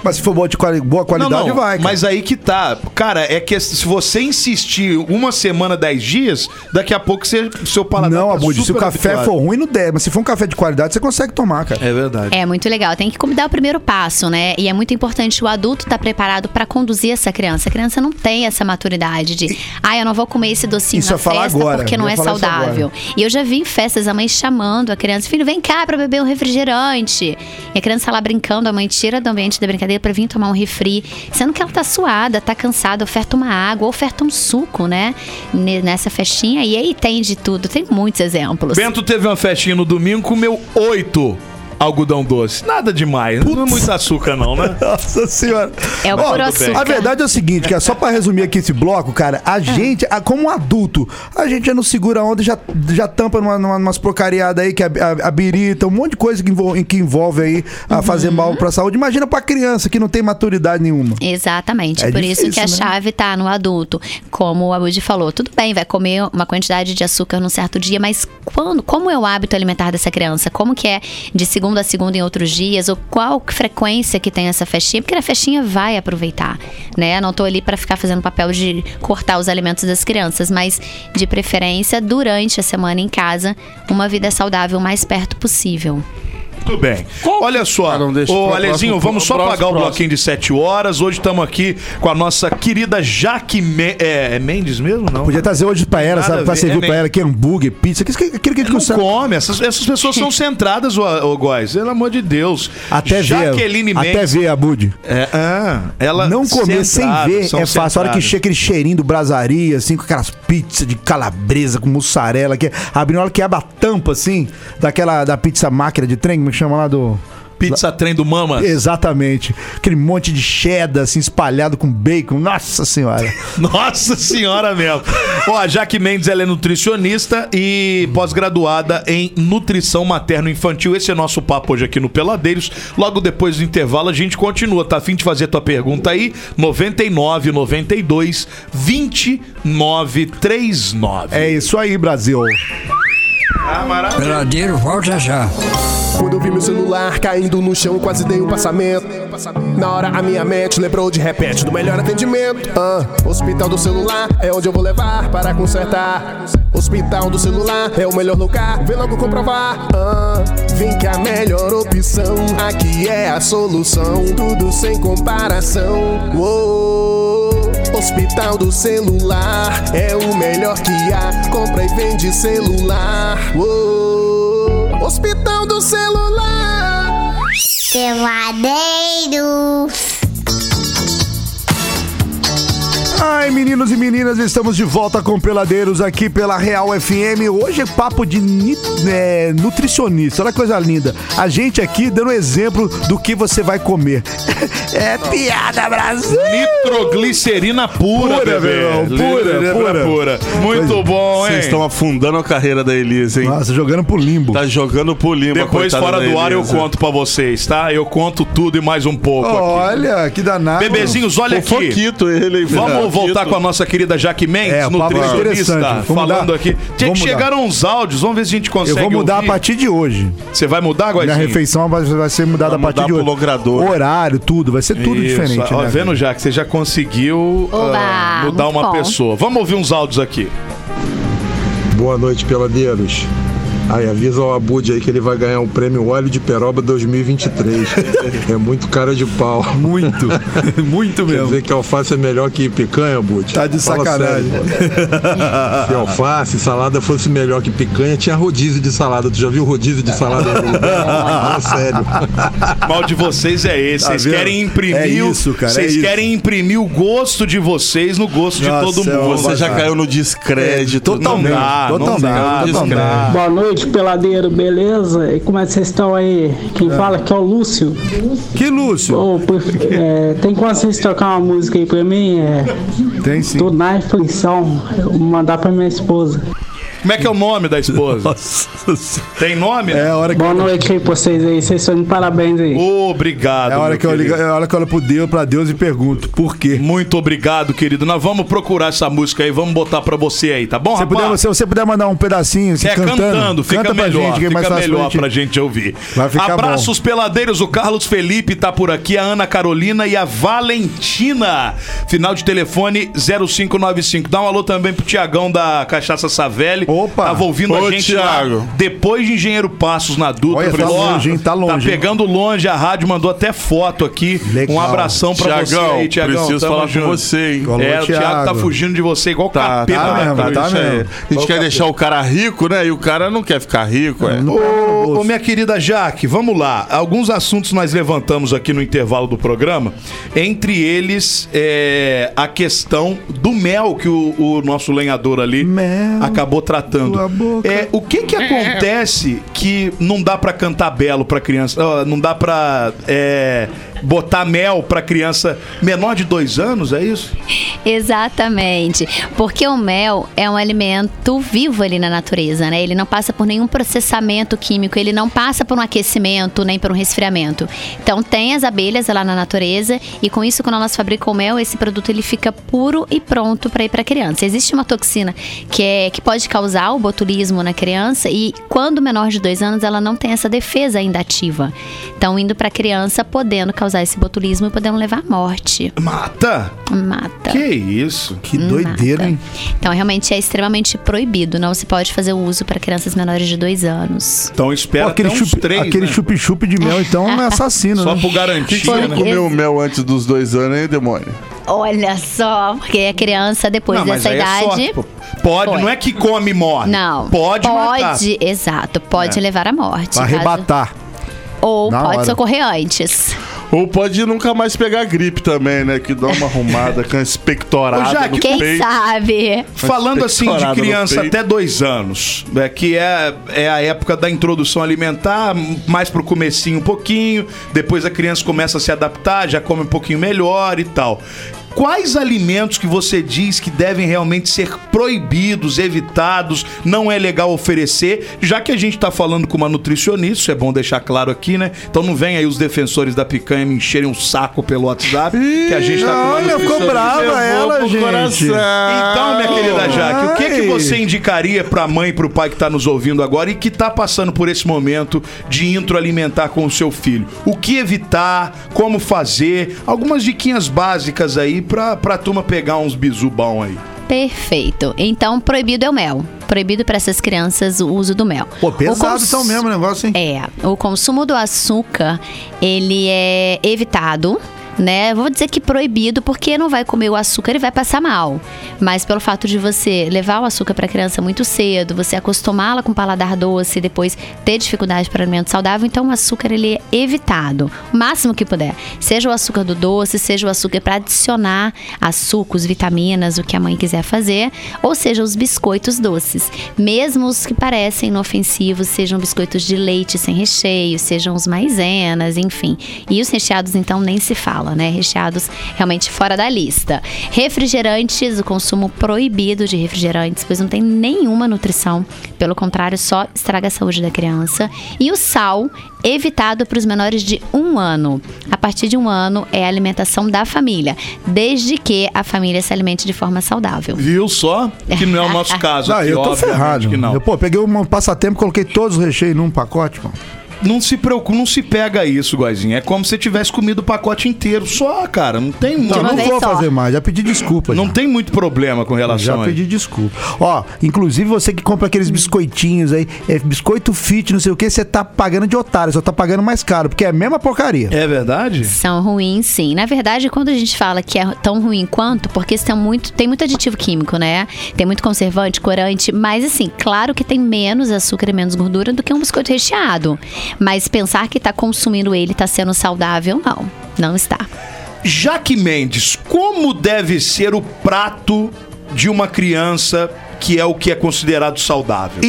Mas se for boa, de quali- boa qualidade, não, não, vai. cara. Mas aí que tá. Cara, é que se você insistir uma semana, dez dias, daqui a pouco você, seu paladar não, tá Abud, se o super café habituado. for ruim, não der. Mas se for um café de qualidade, você consegue tomar, cara. É verdade. É muito legal. Tem que dar o primeiro passo, né? E é muito importante o adulto estar preparado para conduzir essa criança. A criança não tem essa maturidade de, ah, eu não vou comer esse docinho Isso eu na ia falar festa agora, porque eu não ia é falar isso saudável. agora. E eu já vi em festas a mãe chamando a criança, filho, vem cá para beber um refrigerante. E a criança lá brincando, a mãe tira do ambiente da brincadeira para vir tomar um refri, sendo que ela tá suada, tá cansada, oferta uma água, oferta um suco, né? Ne- Nessa festinha. E aí tem de tudo, tem muitos exemplos. É, Bento teve uma festinha no domingo, comeu oito algodão doce. Nada demais. Não é muito açúcar, não, né? Nossa senhora. É o Ó, puro açúcar. A verdade é o seguinte, cara, só pra resumir aqui esse bloco, cara, Ah. a gente, a- como um adulto, a gente já não segura a onda, já, já tampa numa, numa, umas porcariadas aí, que a, a, a birita, um monte de coisa que envolve, que envolve aí a Uhum. fazer mal pra saúde. Imagina pra criança que não tem maturidade nenhuma. Exatamente. É Por isso que a difícil, né? chave tá no adulto. Como o Abud falou, tudo bem, vai comer uma quantidade de açúcar num certo dia, mas quando, como é o hábito alimentar dessa criança? Como que é de segunda a segunda em outros dias? Ou qual frequência que tem essa festinha? Porque a festinha vai aproveitar, né? Não tô ali para ficar fazendo papel de cortar os alimentos das crianças, mas de preferência durante a semana em casa, uma vida saudável o mais perto possível. Muito bem. Qual- Olha só, Ah, não, deixa ô pro Alezinho, próximo, vamos só pro próximo, pagar o próximo. bloquinho de 7 horas. Hoje estamos aqui com a nossa querida Jaque Me- é, é Mendes mesmo, não? Podia trazer hoje pra ela, Nada a sabe? Pra ver, servir é pra meio- ela aqui hambúrguer, pizza, aquilo que, aquilo que a gente Não consegue. come, essas, essas pessoas são centradas, ô, ô Góis, pelo amor de Deus. Até ver. Jaqueline Até Mendes. ver, Abud. É, ah, ela Não comer centrada, sem ver é são fácil. A hora que centradas. chega aquele cheirinho do brasaria, assim, com aquelas pizzas de calabresa, com mussarela, que abrindo a hora que abre a tampa, assim, daquela da pizza máquina de trem, como é que chama lá do. Pizza trem do Mama. Exatamente. Aquele monte de cheddar, assim, espalhado com bacon. Nossa senhora. Nossa senhora mesmo. Ó, a Jaque Mendes, ela é nutricionista e pós-graduada em nutrição materno-infantil. Esse é nosso papo hoje aqui no Peladeiros. Logo depois do intervalo a gente continua, tá? A fim de fazer tua pergunta aí, 99 92 2939. É isso aí, Brasil. Peladeiro volta já. Quando eu vi meu celular caindo no chão, quase dei um passamento. Na hora a minha mente lembrou de repente do melhor atendimento. Ah, hospital do celular é onde eu vou levar para consertar. Hospital do celular é o melhor lugar, vem logo comprovar. Ah, vem que a melhor opção aqui é a solução. Tudo sem comparação. Uou. Hospital do celular é o melhor que há. Compra e vende celular. Uou. Hospital do celular. Peladeiros. Ai, meninos e meninas, estamos de volta com Peladeiros aqui pela Real FM. Hoje é papo de ni- é, nutricionista. Olha que coisa linda. A gente aqui dando exemplo do que você vai comer. É piada, Brasil! Nitroglicerina pura, Pura, bebê. meu irmão, pura, Nitroglicerina pura. Muito Pois- bom, hein? é. Vocês estão afundando a carreira da Elisa, hein? Nossa, jogando pro limbo. Tá jogando pro limbo. Depois, coitada fora da do ar, eu Elisa. conto pra vocês, tá? Eu conto tudo e mais um pouco aqui. Olha, que danado. Bebezinhos, olha aqui. Fofoquito ele. Vamos Fofoquito. voltar com a nossa querida Jaque Mendes, É, o papo é nutricionista, interessante. Vamos falando mudar. aqui. Tinha Vamos que mudar. chegaram uns áudios, vamos ver se a gente Eu consegue. vou mudar ouvir. a partir de hoje. Você vai mudar, Minha Guazinho? refeição vai, vai ser mudada a Vai partir mudar de hoje. pro logrador. Horário, tudo. Vai ser tudo Isso. diferente. Ó, né, vendo, já que você já conseguiu Oba, ah, mudar muito uma bom. pessoa. Vamos ouvir uns áudios aqui. Boa noite, peladeiros. Aí, avisa o Abud aí que ele vai ganhar o prêmio Óleo de Peroba 2023. é muito cara de pau. Muito. Muito Quer mesmo. dizer que alface é melhor que picanha, Abud? Tá de Fala sacanagem. sério. Se alface, salada fosse melhor que picanha, tinha rodízio de salada. Tu já viu rodízio de salada? em algum lugar? Fala sério. mal de vocês é esse. Tá Vocês vendo? querem imprimir. É isso, cara, é Vocês isso. querem imprimir o gosto de vocês no gosto Nossa, de todo é mundo. uma né? Você já Vazar. caiu no descrédito. Totalmente, Não dá, não totalmente, dá, totalmente. né? descrédito. Boa noite, peladeiro, beleza? E como é que vocês estão aí? Quem fala aqui é o Lúcio. Que Lúcio? Ô, por- é, tem como vocês tocar uma música aí pra mim? É, Tem sim. tô na refeição, eu vou mandar pra minha esposa. Como é que é o nome da esposa? Tem nome? É a hora que. Boa noite aí pra vocês aí, vocês são de parabéns aí. Obrigado. É a hora meu que eu querido. ligo, é a hora que eu olho pro Deus, pra Deus e pergunto por quê. Muito obrigado, querido. Nós vamos procurar essa música aí, vamos botar pra você aí, tá bom, Se, rapaz? puder, se você puder mandar um pedacinho, assim, É, cantando, fica canta pra melhor, gente, que é fica mais fácil pra melhor gente- pra gente ouvir. Vai ficar Abraços peladeiros, o Carlos Felipe tá por aqui, a Ana Carolina e a Valentina. Final de telefone 0595. Dá um alô também pro Tiagão da Cachaça Savelli. Opa! Tava ouvindo Ô, a gente lá Thiago. depois de Engenheiro Passos na Dutra. Olha, Eu falei, tá ó, longe, hein? Tá longe, Tá hein? pegando longe, a rádio mandou até foto aqui. Legal. Um abração pra você Tiagão, aí, Tiagão. preciso Tamo falar junto. com você, hein? Alô, É, o Thiago tá Thiago. fugindo de você igual Tá, capeta. tá né, mesmo, cara? tá Isso aí. mesmo. A é gente quer deixar o cara rico, né? E o cara não quer ficar rico, é. Ô, ô, minha querida Jaque, vamos lá. Alguns assuntos nós levantamos aqui no intervalo do programa. Entre eles, é, a questão do mel que o, o nosso lenhador ali Mel, acabou tratando. tua boca. É, o que que acontece que não dá pra cantar belo pra criança? ó, Não dá pra é, botar mel pra criança menor de dois anos, é isso? Exatamente. Porque o mel é um alimento vivo ali na natureza, né? Ele não passa por nenhum processamento químico, ele não passa por um aquecimento nem por um resfriamento. Então tem as abelhas lá na natureza e com isso quando elas fabricam o mel, esse produto ele fica puro e pronto para ir para criança. Existe uma toxina que é que pode causar o botulismo na criança e quando menor de dois anos ela não tem essa defesa ainda ativa. Então indo para criança podendo causar causar esse botulismo e podendo levar à morte. Mata? Mata. Que isso? Que doideira, Mata. hein? Então, realmente é extremamente proibido. Não se pode fazer o uso para crianças menores de dois anos. Então Pô, espera aquele até uns chup- três, aquele né? chup-chup de mel, então, é assassino, Só né? Que por que garantia, você Foi- não né? comeu o mel antes dos dois anos, hein, demônio? Olha só, porque a criança, depois Não, mas dessa aí é idade. sorte, pô. pode, Foi. não é que come e morre. Não. Pode, matar. É. Pode, exato. Pode levar à morte. Pra caso- arrebatar. Ou Na pode hora. socorrer antes. Ou pode nunca mais pegar gripe também, né? Que dá uma arrumada com a expectorada Ô, Jaque, no Quem peito. sabe? Falando assim de Estourado criança no peito. até dois anos, é, que é, é a época da introdução alimentar, m- mais pro comecinho um pouquinho, depois a criança começa a se adaptar, já come um pouquinho melhor e tal. Quais alimentos que você diz que devem realmente ser proibidos, evitados, não é legal oferecer, já que a gente tá falando com uma nutricionista, isso é bom deixar claro aqui, né? Então não vem aí os defensores da picanha me encherem um saco pelo WhatsApp, que a gente tá com uma Olha, ficou nutricionista. brava ela, pro gente. Então, minha querida Jaque, o que, é que Ai. você indicaria pra mãe e pro pai que tá nos ouvindo agora e que tá passando por esse momento de intro alimentar com o seu filho? O que evitar, como fazer, algumas diquinhas básicas aí pra, pra turma pegar uns bisu bom aí. Perfeito. Então, proibido é o mel. Proibido para essas crianças o uso do mel. Pô, O pesado cons- são mesmo o negócio, hein? É, o consumo do açúcar, ele é evitado. Né? Vou dizer que proibido, porque não vai comer o açúcar e vai passar mal. Mas pelo fato de você levar o açúcar para a criança muito cedo, você acostumá-la com paladar doce, depois ter dificuldade para alimento saudável, então o açúcar ele é evitado, o máximo que puder. Seja o açúcar do doce, seja o açúcar para adicionar a sucos, vitaminas, o que a mãe quiser fazer, ou seja, os biscoitos doces. Mesmo os que parecem inofensivos, sejam biscoitos de leite sem recheio, sejam os maizenas, enfim. E os recheados, então, nem se fala, né? Recheados realmente fora da lista. Refrigerantes, o consumo proibido de refrigerantes, pois não tem nenhuma nutrição. Pelo contrário, só estraga a saúde da criança. E o sal, evitado para os menores de um ano. A partir de um ano é a alimentação da família, desde que a família se alimente de forma saudável. Viu só? Que não é o nosso caso. Ah, aqui, eu tô obviamente ferrado. Que não. Eu, pô, peguei um passatempo, coloquei todos os recheios num pacote, mano. Não se preocupe, não se pega isso, Guazinha. É como se tivesse comido o pacote inteiro só, cara. Não tem muito. Não, uma não vez vou só. fazer mais. Já pedi desculpa. Então, Não já. tem muito problema com relação Já a pedi desculpa. Ó, inclusive você que compra aqueles biscoitinhos aí, é biscoito fit, não sei o que, você tá pagando de otário, só tá pagando mais caro, porque é a mesma porcaria. É verdade? São ruins, sim. Na verdade, quando a gente fala que é tão ruim quanto, porque isso tem muito, tem muito aditivo químico, né? Tem muito conservante, corante, mas assim, claro que tem menos açúcar e menos gordura do que um biscoito recheado. Mas pensar que tá consumindo ele tá sendo saudável, não. Não está. Jaque Mendes, como deve ser o prato de uma criança que é o que é considerado saudável?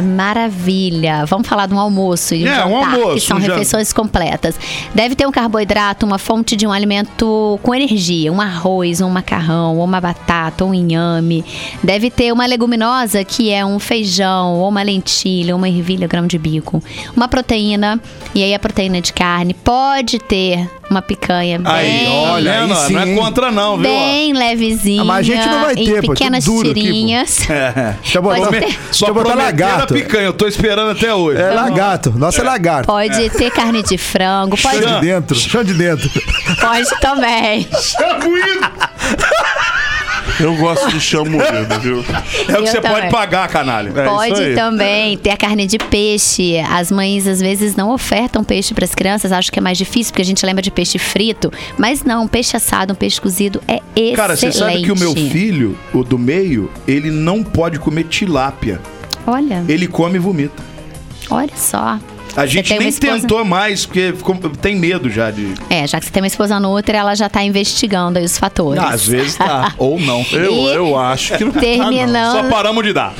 Maravilha. Vamos falar de um almoço e um É, jantar, um almoço, que são um jantar. refeições completas. Deve ter um carboidrato, uma fonte de um alimento com energia, um arroz, um macarrão, ou uma batata, ou um inhame. Deve ter uma leguminosa, que é um feijão, ou uma lentilha, ou uma ervilha, grão de bico. Uma proteína, e aí a proteína de carne. Pode ter uma picanha bem... Aí, olha, aí não, não sim, é hein? contra não, viu? Bem levezinha, Ah, mas a gente não vai ter, em pô, tudo pequenas duro aqui, pô. tirinhas. Deixa eu botar, Pode Prome- ter. deixa Só eu botar prometeram a lagarto. picanha, eu tô esperando até hoje. Tá É lagarto. Nossa, é, lagarto. Pode ter carne de frango, pode, Chão de dentro, chão de dentro. pode É também. Eu gosto de chão moído, viu? É o que Eu você também. pode pagar, canalha. É isso Pode então, aí. também ter a carne de peixe. As mães às vezes não ofertam peixe para as crianças, acho que é mais difícil porque a gente lembra de peixe frito, mas não, um peixe assado, um peixe cozido é excelente. Cara, você sabe que o meu filho, o do meio, ele não pode comer tilápia. Olha, Ele come e vomita. olha só. A Você gente tem uma nem esposa- tentou mais, porque ficou- tem medo já de. É, já que você tem uma esposa nutra, ela já tá investigando aí os fatores. Ah, às vezes tá. Ou não. Eu, E- eu acho que não tá, não. Só Terminando paramos de dar.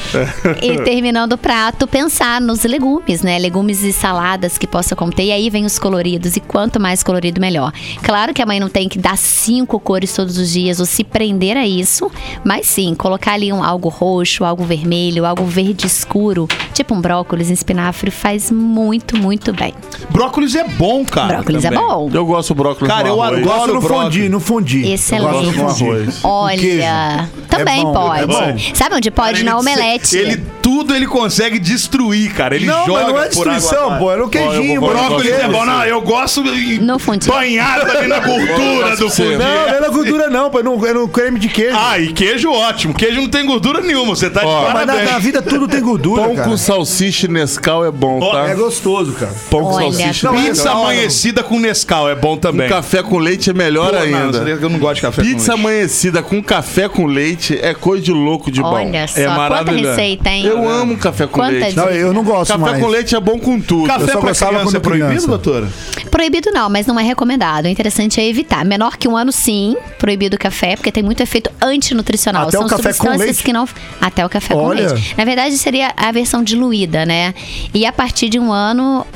E terminando o prato, pensar nos legumes, né? Legumes e saladas que possa conter. E aí vem os coloridos. E quanto mais colorido, melhor. Claro que a mãe não tem que dar cinco cores todos os dias ou se prender a isso. Mas sim, colocar ali um, algo roxo, algo vermelho, algo verde escuro. Tipo um brócolis, um espinafre. Faz muito, muito bem. Brócolis é bom, Ah, cara. Brócolis também. é bom. Eu gosto do brócolis Cara, no eu arroz. adoro- Gosto no brócolis. fundi, no fundi. Excelente. Eu gosto no Gosto no fundi. arroz. Com Um queijo. Olha, É também bom, pode. é bom. Sabe onde pode? Ele Na disse- omelete. Ele tudo ele consegue destruir, cara. Ele Não, joga mas não é por água destruição, abaixo. pô. Era o queijinho, vou- o Brócolis é brócolis. bom. Não, eu gosto de- No fundinho. banhado ali na gordura do Você- fundinho. Não, não era gordura, não, pô. Era um- Era um creme de queijo. Ah, e queijo ótimo. Queijo não tem gordura nenhuma. Você tá de Ó. Mas na, parabéns. na vida tudo tem gordura, Pão cara. com salsicha e Nescau é bom, tá? É gostoso, cara. Pão com Olha, salsicha. não, é é bom. Pizza amanhecida com Nescau é bom também. Um café com leite é melhor Pô, não, ainda. eu não gosto de café com Pizza leite. amanhecida com café com leite é coisa de louco de bom. Olha só, É quanta maravilhoso. receita, hein? Eu amo café com Quanta leite. dica. Não, eu não gosto Café mais. com leite é bom com tudo. Eu Café só pra gostava criança quando é proibido, criança. doutora? Proibido não, mas não é recomendado. O interessante é evitar. Menor que um ano, sim, proibido o café, porque tem muito efeito antinutricional. Até o São café com substâncias leite? que não. Até o café Olha. com leite. Na verdade, seria a versão diluída, né? E a partir de um ano,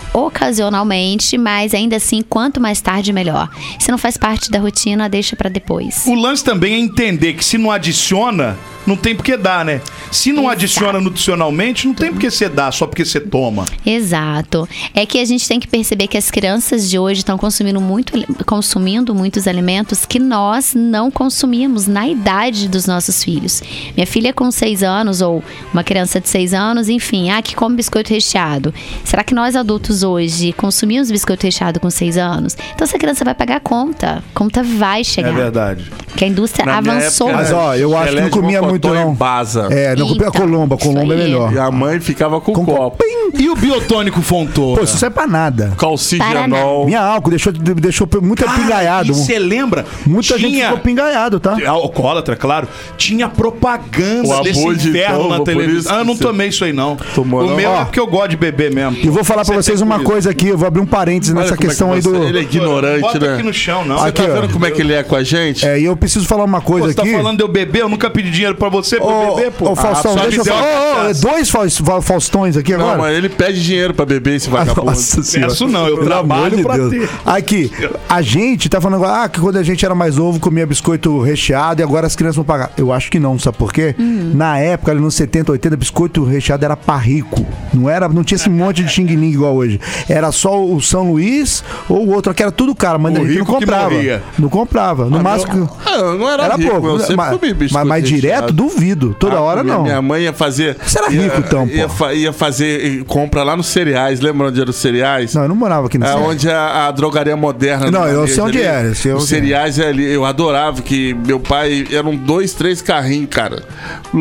ocasionalmente, mas ainda assim, quanto mais tarde, melhor. Se não faz parte da rotina, deixa pra depois. O lance também é entender que se não adiciona, não tem porque dar, né? Se não Exato. adiciona nutricionalmente, não tem porque você dá, só porque você toma. Exato. É que a gente tem que perceber que as crianças de hoje estão consumindo muito, consumindo muitos alimentos que nós não consumimos na idade dos nossos filhos. Minha filha com seis anos ou uma criança de seis anos, enfim, ah, que come biscoito recheado. Será que nós adultos hoje consumimos biscoito recheado com seis anos? Então essa criança vai pagar a conta. A conta vai chegar. verdade. Porque a indústria É Na minha avançou. época, Mas ó, eu acho que não Pelé de comia muito, Mocotó não. em Baza. É, não Eita, a Colomba. A Colomba é isso aí. melhor. E a mãe ficava com, Com copo. E o biotônico Fontoura? Pô, isso serve pra nada. Calcigenol. Minha álcool deixou, deixou muito Cara, apingaiado. e é Você lembra? Muita gente Tinha- É ficou pingaiado, tá? Alcoólatra, claro. Tinha propaganda O desse arroz de inferno tampa, na por isso televisão. que Ah, eu não você- tomei isso aí, não. Tomou, o não? meu Ó. é porque eu gosto de beber mesmo. E vou falar pra vocês tem uma com coisa aqui. Eu vou abrir um parênteses é Olha nessa como é que questão aí você- do... Ele é ignorante, Bota né? aqui no chão, não. Você Aqui, tá ó. vendo como é que ele é com a gente? É, e eu preciso falar uma Pô, coisa você tá aqui. falando de eu beber? Eu nunca pedi dinheiro pra você pra eu Ô, beber, pô. ô, Faustão, Ah, só deixa me eu deu falar. uma Ô, ô, cachaça. dois faus- fa- Faustões aqui Não, agora. mas ele pede dinheiro pra beber esse vagabundo. Nossa senhora. Peço não, eu trabalho pra ter. Aqui, a gente tá falando agora, ah, que quando a gente era mais novo comia biscoito recheado e agora as crianças vão pagar. Eu acho que não, sabe por quê? Na época, ali nos 70, 80, biscoito recheado era parrico. Não era, não tinha esse monte de xing-ling igual hoje. Era só o São Luís ou o outro, que era tudo caro, mas O a gente não rico que comprava. morria. Não comprava. No máximo. Ah, eu não era, Era rico, pouco. né? eu sempre mas, comi mas, biscoito mas direto, recheado. duvido. Toda Ah, hora minha, não. Minha mãe ia fazer. Você era ia- rico, então, Ia, pô. fa- ia fazer eh, compra lá nos cereais. Lembra onde era os cereais? Não, eu não morava aqui no É centro. onde a, a drogaria moderna. Não, do eu Varejo sei onde ali. era, eu sei Os onde é. cereais é ali, eu adorava que meu pai eram dois, três carrinhos, cara,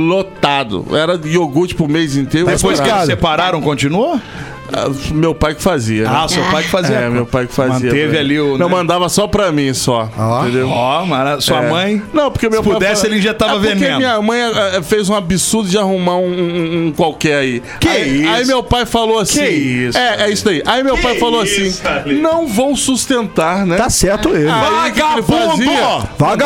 lotado. Era iogurte pro mês inteiro. Depois que eles Obrigado. separaram, continuou? Ah, Meu pai que fazia. né? Ah, seu pai que fazia. É, meu pai que fazia. Manteve né? ali o. Não né? mandava só pra mim só. Entendeu? Ó, mara- sua É. mãe. Não, porque meu Se pai pudesse, ele injetava é porque veneno. Minha mãe eh, fez um absurdo de arrumar um, um- um qualquer aí. Que aí, isso? Aí meu pai falou assim. Que isso, É, é isso aí. Aí meu pai falou assim: não vão sustentar, né? Tá certo ele. Aí, o que que ele Vagabundo! fazia? Mandava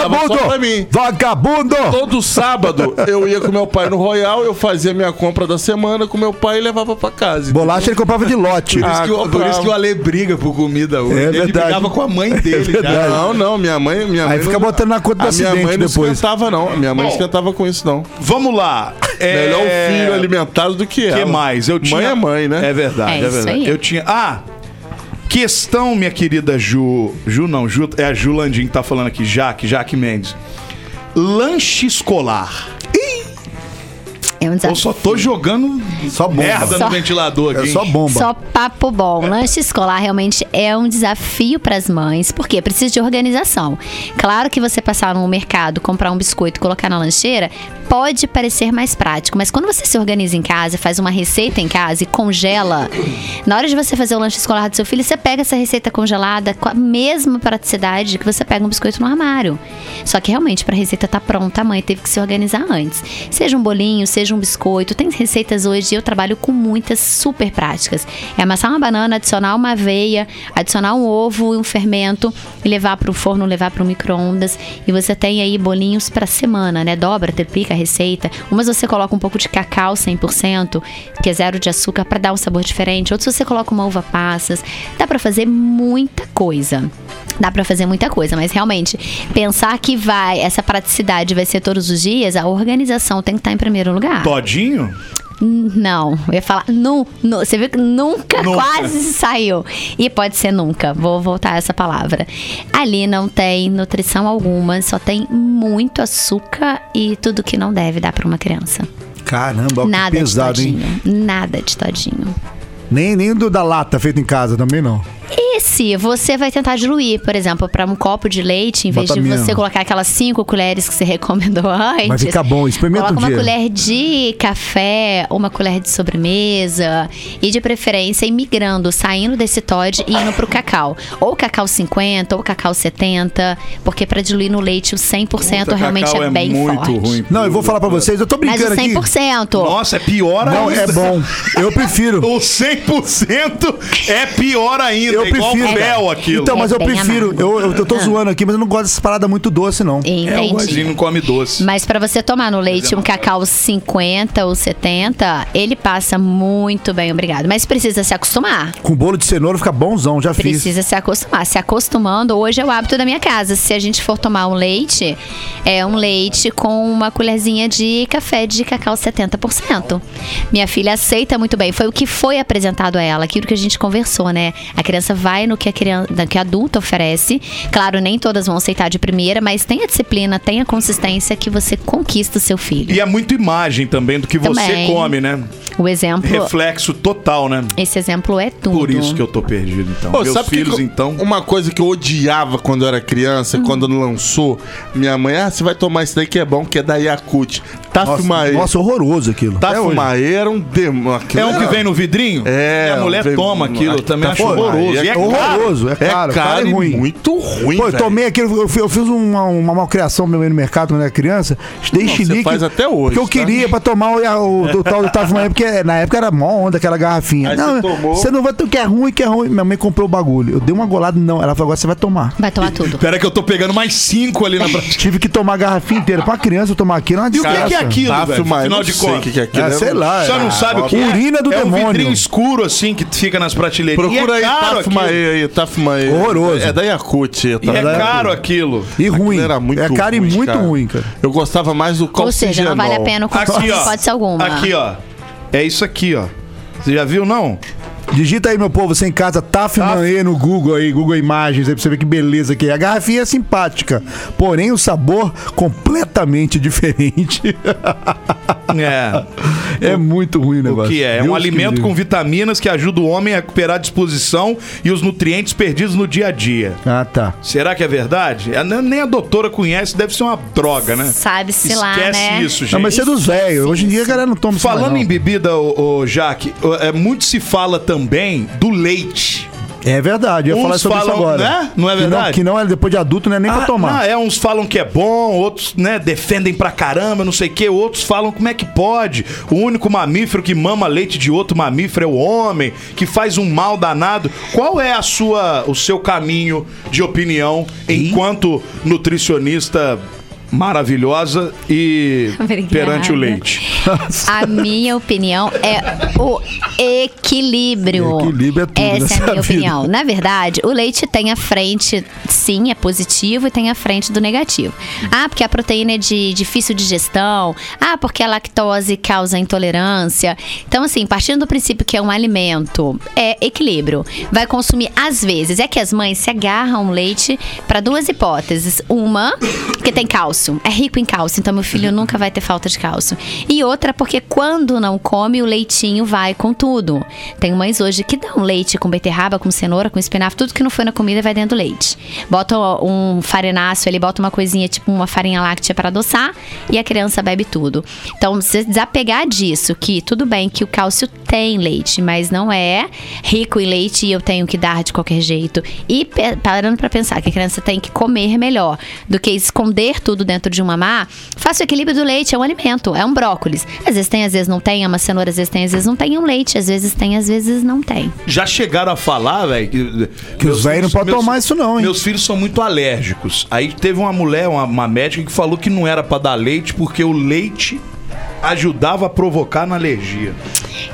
Vagabundo! Só pra mim. Vagabundo! Todo sábado eu ia com meu pai no Royal, eu fazia minha compra da semana com meu pai e levava pra casa. Bolacha ele comprava de lote. Ah, que o- por bravo. isso que o Ale briga por comida hoje. É ele verdade. brigava com a mãe dele. já. verdade. Não, não, minha mãe. Minha É. Aí mãe fica não- botando na conta do a minha acidente mãe não depois. esquentava, não. A minha mãe não esquentava com isso, não. Vamos lá. É... Melhor o filho alimentado do que O ela. que mais? Eu tinha... Mãe é mãe, né? É verdade, é, É isso verdade. aí. Eu tinha. Ah! Questão, minha querida Ju. Ju não, Ju, é a Ju Landim que tá falando aqui, Jaque, Jaque Mendes. Lanche escolar. É um Eu desafio. só tô jogando Só bomba. merda Só- no ventilador aqui. É hein? só bomba. Só papo bom. Lanche escolar realmente é um desafio para as mães, porque precisa de organização. Claro que você passar no mercado, comprar um biscoito e colocar na lancheira pode parecer mais prático, mas quando você se organiza em casa, faz uma receita em casa e congela, na hora de você fazer o lanche escolar do seu filho, você pega essa receita congelada com a mesma praticidade que você pega um biscoito no armário. Só que realmente para a receita estar pronta, a mãe teve que se organizar antes. Seja um bolinho, seja um biscoito, tem receitas hoje e eu trabalho com muitas super práticas. É amassar uma banana, adicionar uma aveia, adicionar um ovo e um fermento e levar para o forno, levar para o micro-ondas. E você tem aí bolinhos para semana, né? Dobra, triplica a receita. Umas você coloca um pouco de cacau 100%, que é zero de açúcar, para dar um sabor diferente. Outros você coloca uma uva passas. Dá para fazer muita coisa dá pra fazer muita coisa, mas realmente pensar que vai, essa praticidade vai ser todos os dias, a organização tem que estar em primeiro lugar. Todinho? N- Não, eu ia falar, nu, nu, você viu que nunca, Nunca. quase saiu. E pode ser nunca, vou voltar a essa palavra. Ali não tem nutrição alguma, só tem muito açúcar e tudo que não deve dar pra uma criança. Caramba, ó, que Nada pesado, de hein? todinho. Nada de todinho. Nem, nem do da lata feito em casa também não. E se você vai tentar diluir, por exemplo, para um copo de leite, em vez Bota de menos. você colocar aquelas cinco colheres que você recomendou antes. Mas fica bom, experimenta Coloca um uma dia. colher de café, uma colher de sobremesa e de preferência ir migrando, saindo desse Todd e indo pro cacau. Ou cacau 50, ou cacau 70, porque para diluir no leite o 100% realmente Cacau é bem muito forte. ruim. Não, eu vou falar pra vocês, eu tô Mas o brincando aqui. 100%. Nossa, é pior Não, ainda. é bom. Eu prefiro. O 100% é pior ainda. Eu é igual prefiro. o Bel aquilo. Então, É mas eu bem prefiro. amargo. Eu, eu, eu tô Ah. zoando aqui, mas eu não gosto dessas paradas muito doce, não. é, o Entendi. Rodinho não come doce. Mas para você tomar no leite um cacau 50 ou 70, ele passa muito bem, obrigado. Mas precisa se acostumar. Com bolo de cenoura fica bonzão, já fiz. Precisa se acostumar. Se acostumando, hoje é o hábito da minha casa. Se a gente for tomar um leite, é um leite com uma colherzinha de café de cacau 70%. Minha filha aceita muito bem. Foi o que foi apresentado a ela, aquilo que a gente conversou, né? A criança vai no que a criança, no que a adulta oferece. Claro, nem todas vão aceitar de primeira, mas tem a disciplina, tem a consistência que você conquista o seu filho. E é muito imagem também do que você Também. come, né? O exemplo, Reflexo total, né? esse exemplo é tudo. Por isso que eu tô perdido, então. Pô, Meus sabe que filhos, que eu- então. Uma coisa que eu odiava quando eu era Uhum. criança, quando lançou, minha mãe, ah, você vai tomar isso daí que é bom, que é da Yakut. Nossa, Tafumaê. nossa, horroroso aquilo. Até hoje. Tafumaê era um demônio. É o que vem no vidrinho? É, E a mulher vem- toma aquilo, eu também Tá acho fora. horroroso. É E é caro. horroroso, é caro, É caro e muito ruim, Pô, eu velho. tomei aquilo, eu, fi- eu fiz uma, uma malcriação meu no mercado quando eu era criança, dei Não, você xilique. faz até hoje, Que eu tá? queria pra tomar o, o, o tal do Tava Manhã, porque na época era mó onda aquela garrafinha. Aí não, você tomou. você não vai tomar, que é ruim, que é ruim. Minha mãe comprou o bagulho. Eu dei uma golada, não. Ela falou, agora você vai tomar. Vai tomar tudo. Pera que eu tô pegando mais cinco ali na prateleira. Tive que tomar a garrafinha inteira. Pra criança eu tomar aquilo, é uma E o que é, que é desgraça. aquilo, Tá, velho? filmar, eu Afinal não de sei contas. Ah, o que que é aquilo. É, sei lá. Você não sabe o que é? Urina do é um demônio. vidrinho escuro, assim, que fica nas prateleiras. Procura e é aí caro aquilo. Tafumaê aí, Tafumaê. Horroroso. É da Yakut. E é caro aquilo. E ruim. Era muito é caro ruim, e muito cara. ruim, cara. Eu gostava mais do Ou seja, não vale a Colcigenol. pena o consumo Aqui, de ó. hipótese alguma. Aqui, ó. É isso aqui, ó. Você já viu, não? Digita aí, meu povo, você em casa, Taf Manhê no Google aí, Google Imagens, aí pra você ver que beleza que é. A garrafinha é simpática, porém o sabor completamente diferente. É. é muito ruim o negócio. O que é? É Deus um que alimento livre. com vitaminas que ajuda o homem a recuperar a disposição e os nutrientes perdidos no dia a dia. Ah, tá. Será que é verdade? A- n- Nem a doutora conhece, deve ser uma droga, né? Sabe-se Esquece lá, né? isso, gente. Não, mas você é dos velhos. Hoje em dia a galera não toma isso mais, Falando não. em bebida, ô, ô, Jaque, ô, é, muito se fala também do leite. É verdade, eu ia Uns falar sobre isso falam, agora. né? Não é Que verdade? Que não, é depois de adulto, não é nem pra Ah, tomar. é, uns falam que é bom, outros, né, defendem pra caramba, não sei o quê. Outros falam como é que pode. O único mamífero que mama leite de outro mamífero é o homem, que faz um mal danado. Qual é a sua, o seu caminho de opinião enquanto nutricionista maravilhosa e Obrigada. perante o leite? A minha opinião é o equilíbrio. Equilíbrio é tudo Essa é nessa a vida. minha opinião. Na verdade, o leite tem a frente, sim, é positivo e tem a frente do negativo. Ah, porque a proteína é de difícil digestão. Ah, porque a lactose causa intolerância. Então, assim, partindo do princípio que é um alimento, é equilíbrio. Vai consumir às vezes. É que as mães se agarram ao leite para duas hipóteses. Uma, porque tem cálcio. É rico em cálcio, então meu filho nunca vai ter falta de cálcio. E outra, porque quando não come, o leitinho vai com tudo. Tem mães hoje que dão leite com beterraba, com cenoura, com espinafre, tudo que não foi na comida vai dentro do leite. Bota um farináceo ali, bota uma coisinha, tipo uma farinha láctea para adoçar e a criança bebe tudo. Então, você desapegar disso, que tudo bem que o cálcio tem leite, mas não é rico em leite e eu tenho que dar de qualquer jeito. E pe- parando pra pensar que a criança tem que comer melhor do que esconder tudo dentro de um mamá, faça o equilíbrio do leite, é um alimento, é um brócolis. Às vezes tem, às vezes não tem, é uma cenoura, às vezes tem, às vezes não tem, é um leite, às vezes tem, às vezes não tem. Já chegaram a falar, velho, que, os velhos não podem tomar isso não, hein? Meus filhos são muito alérgicos. Aí teve uma mulher, uma, uma médica, que falou que não era pra dar leite porque o leite ajudava a provocar na alergia.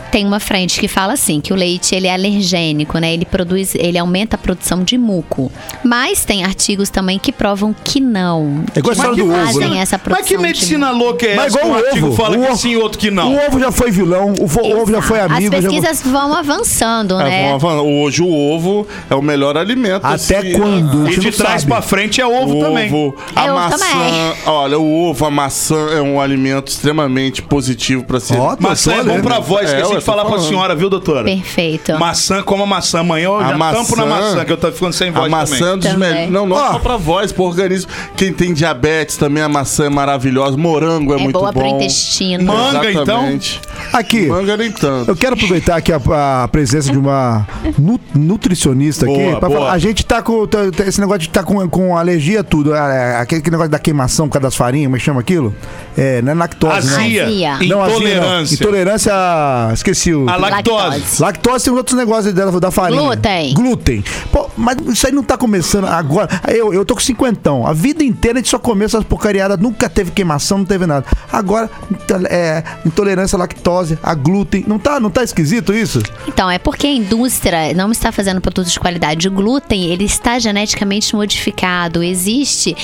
tem uma frente que fala assim, que o leite ele é alergênico, né? Ele produz, ele aumenta a produção de muco. Mas tem artigos também que provam que não. É igual a Que história do fazem ovo, né? essa Mas que produção de medicina muco. louca é Mas essa? que igual um o artigo ovo. fala o que ovo- sim, outro que não. O ovo já foi vilão, o, fo- o ovo já foi Ah, As amigo. já- pesquisas vão avançando, É, né? vamos avan- hoje o ovo é o melhor alimento. Até se- quando? A E gente de não trás sabe. pra frente é ovo, O também. ovo, a É ovo maçã. também. Olha, o ovo, a maçã é um alimento extremamente positivo pra ser. Ó, Maçã Tô é bom olhando. pra voz, É, esqueci ué, tô de falar pra falando. senhora, viu, doutora? Perfeito. Maçã, coma maçã. Amanhã eu A já tampo na maçã- maçã, que eu tô ficando sem voz A também. maçã é dos Também. melhores. Não, não Ó. só pra voz, pro organismo. Quem tem diabetes também, a maçã é maravilhosa. Morango é, é muito boa bom. pro intestino. Mano, Manga, então? Exatamente. Aqui, Manga nem tanto. eu quero aproveitar aqui a, a presença de uma nu- nutricionista aqui. Boa, pra boa. falar. A gente tá com. tá- tá- esse negócio de tá com, com alergia a tudo. é, é, Aquele aquele negócio da queimação por causa das farinhas, como é que chama aquilo? É, não é lactose, Azia, Azia. não. Não, azia, não. intolerância, Intolerância. a- Esqueci o. a lactose. Lactose. Lactose tem outros negócios aí dela da farinha. Glúten. Glúten. Pô, mas isso aí não tá começando agora. Eu, eu tô com cinquentão. A vida inteira a gente só comeu essas porcariadas. Nunca teve queimação, não teve nada. Agora, inte- é, intolerância à lactose, a glúten. Não tá, não tá esquisito isso? Então, é porque a indústria não está fazendo produtos de qualidade. O glúten, ele está geneticamente modificado. Existe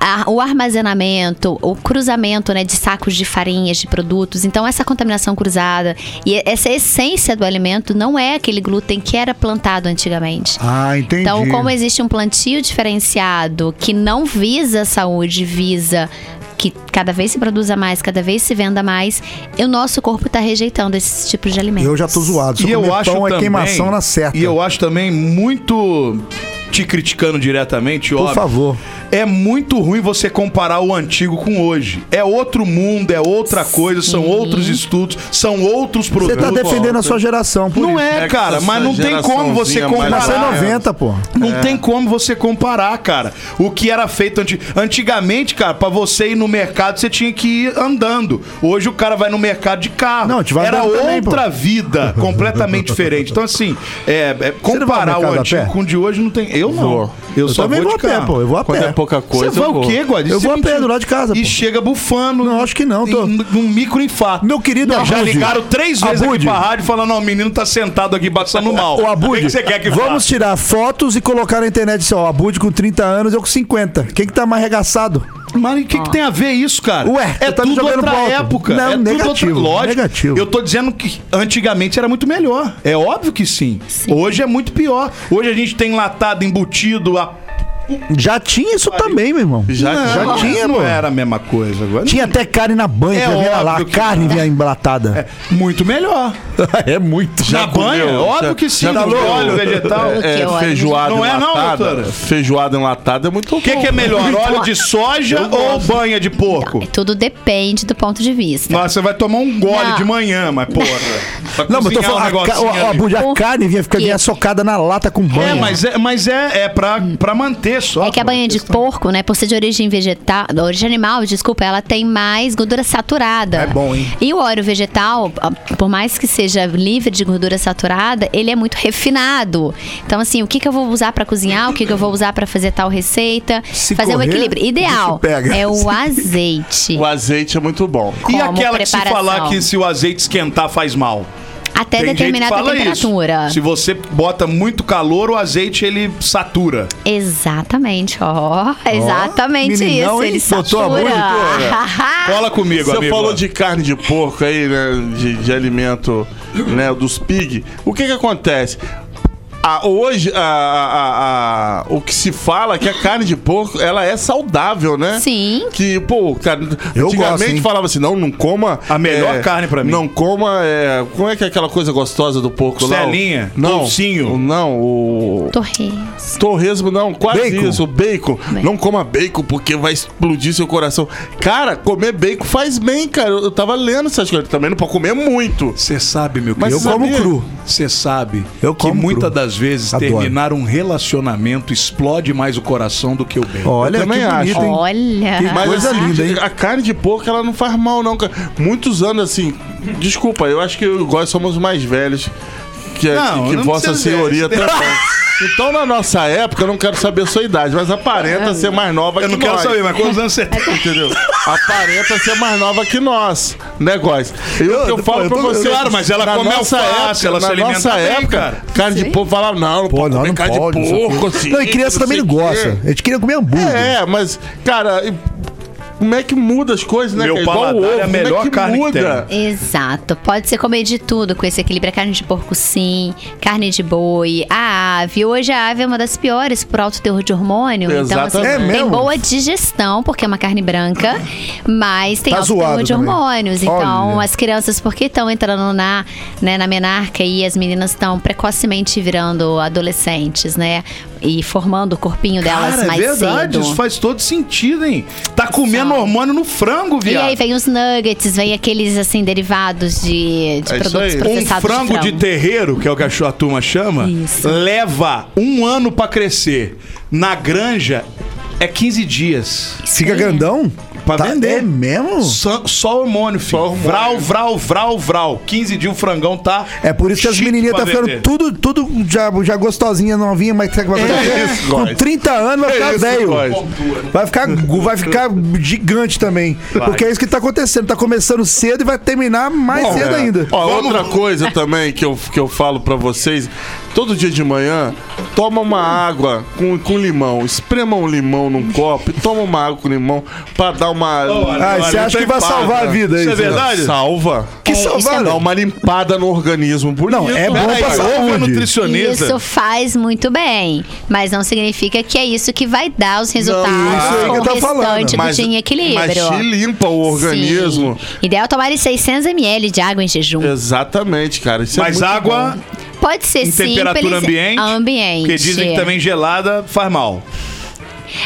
a- o armazenamento, o cruzamento né, de sacos de farinhas, de produtos. Então, essa contaminação cruzada e essa essência do alimento não é aquele glúten que era plantado antigamente. Ah, entendi. Então, como existe um plantio diferenciado que não visa a saúde, visa que cada vez se produza mais, cada vez se venda mais, e o nosso corpo está rejeitando esses tipos de alimentos. Eu já tô zoado. Se E eu comer acho pão é também, queimação na certa. E eu acho também muito te criticando diretamente, Por óbvio. favor. É muito ruim você comparar o antigo com hoje. É outro mundo, é outra coisa, são outros estudos, são outros Você produtos. tá defendendo a sua geração, por Não isso. né? é, É que cara, essa mas não tem como você geraçãozinha mais comparar. Mas é Caralho. 90, pô. Não tem como você comparar, cara. O que era feito anti- antigamente, cara, pra você ir no mercado, você tinha que ir andando. Hoje o cara vai no mercado de carro. Não, te vai era andando também, outra vida completamente diferente. Então, assim, é, é, comparar mercado o a pé? antigo com o de hoje não tem. Eu não. Vou. Eu, só também vou, vou a de carro. pé, pô. Eu vou a Quando pé. é pouca coisa. Você vai eu o vou. quê, Guardi? Eu Você vou a me pé, tira- do lado de casa, E pô. chega bufando. Não, acho que não, tô- em- Num microinfarto. Meu querido Já Abude. ligaram três vezes Abude. aqui pra rádio falando: não, o menino tá sentado aqui passando mal. Ô, Abude, O que que você quer que vamos faça? tirar fotos e colocar na internet assim, ó, Abude com 30 anos, eu com 50. Quem que tá mais arregaçado? Mas o que, que tem a ver isso, cara? Ué, é você tá me tudo jogando outra pro alto. época. Não, é tudo negativo, outra- Lógico. negativo. Eu tô dizendo que antigamente era muito melhor. É óbvio que sim. Hoje é muito pior. Hoje a gente tem enlatado, embutido. A... Já tinha isso também, meu irmão. Já, Não, já mas tinha. Não era a mesma coisa agora. Tinha até carne na banha, É que vinha óbvio lá, a que- É, carne vinha embratada. Muito melhor. É, muito. Na banha? comeu? Óbvio Já- que sim. já Tá comeu? óleo vegetal. É, É, Que ódio. feijoada Não é não, enlatada. doutora? feijoada enlatada é muito bom. O que, que é melhor, óleo de soja ou banha de porco? É, Tudo depende do ponto de vista. Nossa, você vai tomar um gole Não. de manhã, mas porra. Pra Não, mas cozinhar tô um falando, a, ca- negocinho ó, ó, ali. Abude, a Por carne vinha, fica, quê? vinha socada na lata com banha. É, mas é, mas é, é pra, pra manter só. É que a pô, banha de questão. porco, né, por ser de origem vegetal, de origem animal, desculpa, ela tem mais gordura saturada. É bom, hein? E o óleo vegetal, a- por mais que seja livre de gordura saturada, ele é muito refinado. Então assim, o que que eu vou usar pra cozinhar, o que que eu vou usar pra fazer tal receita, Se fazer um correr, equilíbrio bicho ideal. pega. É o azeite. O azeite é muito bom. E como aquela que se preparação. falar que se o azeite esquentar faz mal? Até Tem gente que determinada fala isso. temperatura. Se você bota muito calor, o azeite ele satura. Exatamente, ó. exatamente meninão, isso. hein? Ele Botou a satura. mão de Cola comigo, Você amigo. falou de carne de porco aí, né? De, de alimento, né? Dos pig. O que que acontece? A- hoje, a- a- a- o que se fala é que a carne de porco, ela é saudável, né? Sim. Que, pô, cara, Eu antigamente gosto, hein? falava assim, não, não coma... é, A melhor carne pra mim. Não coma, é, como é que é aquela coisa gostosa do porco lá? Costelinha, O- Não. toucinho. o- Não, o... Torres. Torresmo não, quase Bacon. isso, bacon. Não coma bacon porque vai explodir seu coração. Cara, comer bacon faz bem, cara. Eu eu tava lendo essas coisas também, não pode comer muito. Você sabe, meu Mas você querido. sabia? Você sabe Eu que como muitas cru. das vezes Adoro. terminar um relacionamento explode mais o coração do que o bem. Olha que também bonito, acho. hein? Olha. Que Mas coisa assim, linda, hein? a carne de porco ela não faz mal não, cara. Muitos anos assim, desculpa, eu acho que eu e o Góis somos mais velhos que, Não, que, que não vossa precisa ser. senhoria também. Então, na nossa época, eu não quero saber a sua idade, mas aparenta ser mais nova Eu que não quero nós. saber, mas quantos anos você tem? Entendeu? Aparenta ser mais nova que nós. Negócio. Eu, eu, eu falo pra eu tô- você. claro, mas ela na come nossa época, alface, ela se na alimenta nossa bem, época, cara. carne de porco falava, não, não Pô, pode não, comer não carne pode, não de sei o porco, quê. assim. Não, e criança também não sei o gosta. quê. A gente queria comer hambúrguer. É, mas, cara, e- como é que muda as coisas, né? Meu cara? paladar é a como melhor que carne que Exato. Pode ser comer de tudo com esse equilíbrio. A carne de porco, sim. Carne de boi. A ave. Hoje a ave é uma das piores por alto teor de hormônio. Então, assim, Exatamente. É tem mesmo? boa digestão, porque é uma carne branca, mas tem Tá alto teor zoado de também. hormônios. Então, Olha. as crianças, porque estão entrando na, né, na menarca e as meninas estão precocemente virando adolescentes, né? E formando o corpinho delas Cara, é mais verdade, cedo. isso faz todo sentido, hein? Tá comendo Só. hormônio no frango, E viado. aí vem os nuggets, vem aqueles assim derivados de, de É isso produtos aí. Um um processados frango de terreiro, que é o que a sua turma chama, Isso. leva um ano pra crescer. Na granja, é 15 dias. Fica grandão? Pra Tá- vender. É mesmo? Só, só hormônio, filho. Vral, vral, vral, vral. 15 dias o frangão tá. É por isso que as chique menininhas pra tá ficando vender. tudo, tudo já, já gostosinha, novinha, mas sabe o que vai É acontecer? isso, Com guys. 30 anos vai É ficar isso, velho. guys. Vai ficar, vai ficar gigante também. Porque é isso que tá acontecendo. Tá começando cedo e vai terminar mais Bom, cedo é. ainda. Ó, outra coisa também que eu, que eu falo pra vocês, todo dia de manhã, toma uma água com, com limão, esprema um limão num copo e toma uma água com limão pra dar uma... Ah, você acha que vai salvar a vida aí? Isso é Zé? verdade? Salva. Que isso é salvar? Dá uma limpada no organismo. Bonito. Não, é bom Peraí, pra sabe que a saúde. nutricionista. Isso faz muito bem, mas não significa que é isso que vai dar os resultados isso aí com que eu o tô falando. restante do dia em Tipo equilíbrio. Mas te limpa o organismo. É. Sim. Ideal tomar 600 ml de água em jejum. Exatamente, cara. Isso é Mas muito água Pode em ser simples. é temperatura ambiente. ambiente. Porque dizem que também gelada faz mal.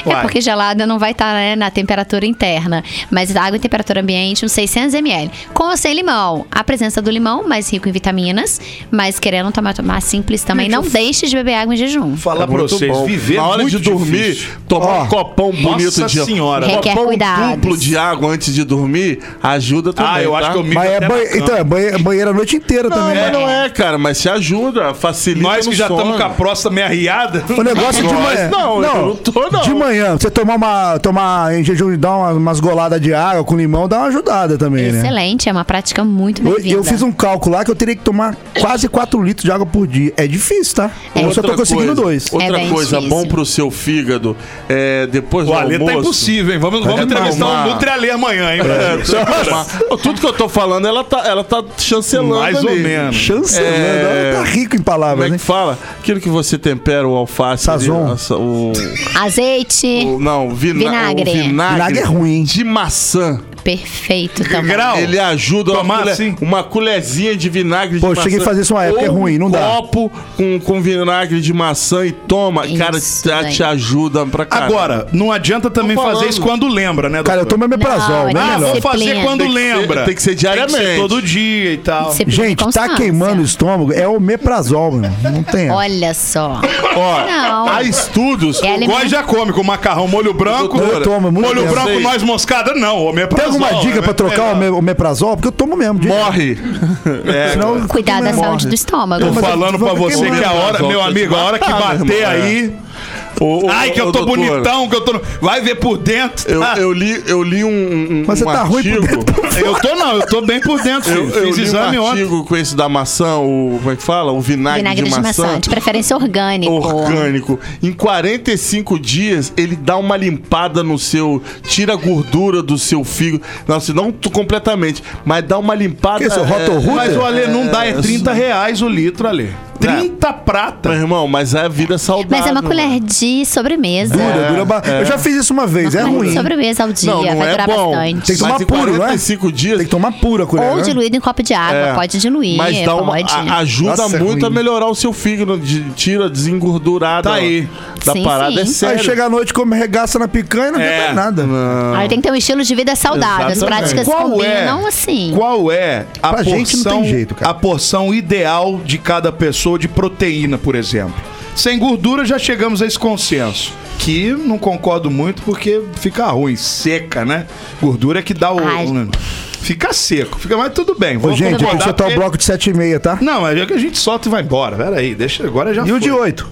É porque gelada não vai estar na temperatura interna, mas água em temperatura ambiente, uns 600 ml. Com ou sem limão? A presença do limão, mais rico em vitaminas, mas querendo tomar, tomar simples também, não deixe de beber água em jejum. Falar É pra muito vocês, bom. viver Na hora muito de dormir, difícil. tomar Ó, um copão bonito nossa de senhora. Requer copão cuidados. duplo de água antes de dormir ajuda também, Ah, eu acho tá? que eu mijo Mas é até na banhe- cama. Então, é banhe- banheiro a noite inteira Não, também. né? mas não é, cara, mas se ajuda, facilita Nós que no já sono. estamos com a próstata meio arriada. O negócio de Nós manhã. não, eu não tô, não. De manhã, você tomar uma. tomar em jejum, dar uma- umas goladas de água com limão, dá uma ajudada também, né? Excelente, é uma prática muito Eu, bem-vinda. eu fiz um cálculo lá que eu teria que tomar quase 4 litros de água por dia. É difícil, tá? Eu só tô Outra conseguindo coisa- dois. Outra É bem coisa difícil. bom pro seu fígado é depois O do Alê tá almoço. impossível, hein? Vamos, vamos Vai entrevistar tomar. o Nutri Alê amanhã, hein, É, Brasil? precisa tomar. Tudo que eu tô falando, ela tá, ela tá chancelando Mais ou ali. menos. Chancelando, É. ela tá rico em Como palavras, é né? que fala? Aquilo que você tempera o alface, Sazon. ali, a- o, um Azeite, o- não, vina, Vinagre. O vinagre. Vinagre é ruim. De maçã. perfeito também. Grau. Ele ajuda Tomar uma, colher, assim? uma colherzinha de vinagre Pô, de maçã. cheguei a fazer isso uma época, é Ou ruim, não um dá. copo com, com vinagre de maçã e toma. Isso, cara, te, velho. te ajuda pra caralho. Agora, não adianta também Tô falando. fazer isso quando lembra, né, Cara, eu doutor? tomo omeprazol, Não, né? é Ah, Melhor. vou fazer Disciplina. quando Tem que ser- lembra. tem que ser diariamente. Tem que ser todo dia e tal. Disciplina e Gente, tá constância. queimando o estômago. É omeprazol, mano. Não tem. essa. Olha só. Ó, Não. há estudos. É alimento- Agora já come com macarrão, molho branco. Doutora, Eu tomo, é muito molho bom. branco, Sei. nós moscada, não. Homem Tem alguma dica pra trocar o ome- omeprazol? Porque eu tomo mesmo. direto. Morre. É, Senão eu Cuidar fico da mesmo. saúde do estômago. É, Tô Mas eu- falando pra eu- você que a hora, meu amigo, a Ah, hora que bater é. aí. Ô, ô, Ai, que eu ô, tô doutora, bonitão, que eu tô. no- Vai ver por dentro. Eu, tá? eu li, eu li um, um, Mas um você tá ruim por artigo. dentro. Eu tô não, eu tô bem por dentro. Eu, filho. eu Fiz li um exame ontem. artigo com esse da maçã, o. Como é que fala? O vinagre, Vinagre de maçã, de preferência orgânico. orgânico. Em 45 dias, ele dá uma limpada no seu. Tira a gordura do seu fígado. Não, se não tu- completamente, mas dá uma limpada. Que isso, Roto-Rooter? Mas o Alê não dá, é É, 30 reais o litro, Alê. 30 Meu prata. irmão, mas é a vida saudável. Mas é uma colher de sobremesa. Dura, dura. ba- Eu já fiz isso uma vez, é Uma colher de ruim. sobremesa ao dia, Não, não vai é durar bom. bastante. Tem que tomar Mas em puro, né? 45 dias- Tem que tomar pura a colher. Ou né? diluído em copo de água, É. pode diluir, Mas dá uma, pode. a- ajuda Nossa, é muito a ruim. melhorar o seu fígado, de- tira desengordurada. Tá aí. Da Sim, parada é sim. Aí sério. Aí chega à noite, come regaça na picanha e não É. é. nada. Aí tem que ter um estilo de vida saudável, as Exatamente. práticas Qual é? combinam assim. Qual é a Pra porção, gente não tem jeito, cara. a porção ideal de cada pessoa de proteína, por exemplo? Sem gordura já chegamos a esse consenso, que não concordo muito porque fica ruim, seca, né? Gordura é que dá o Ai. fica seco, fica mas tudo bem. Ô, vou gente, eu concordar vou soltar o porque- bloco de 7,5, tá? Não, mas é que a gente solta e vai embora. Pera aí, deixa agora já E o de foi. 8?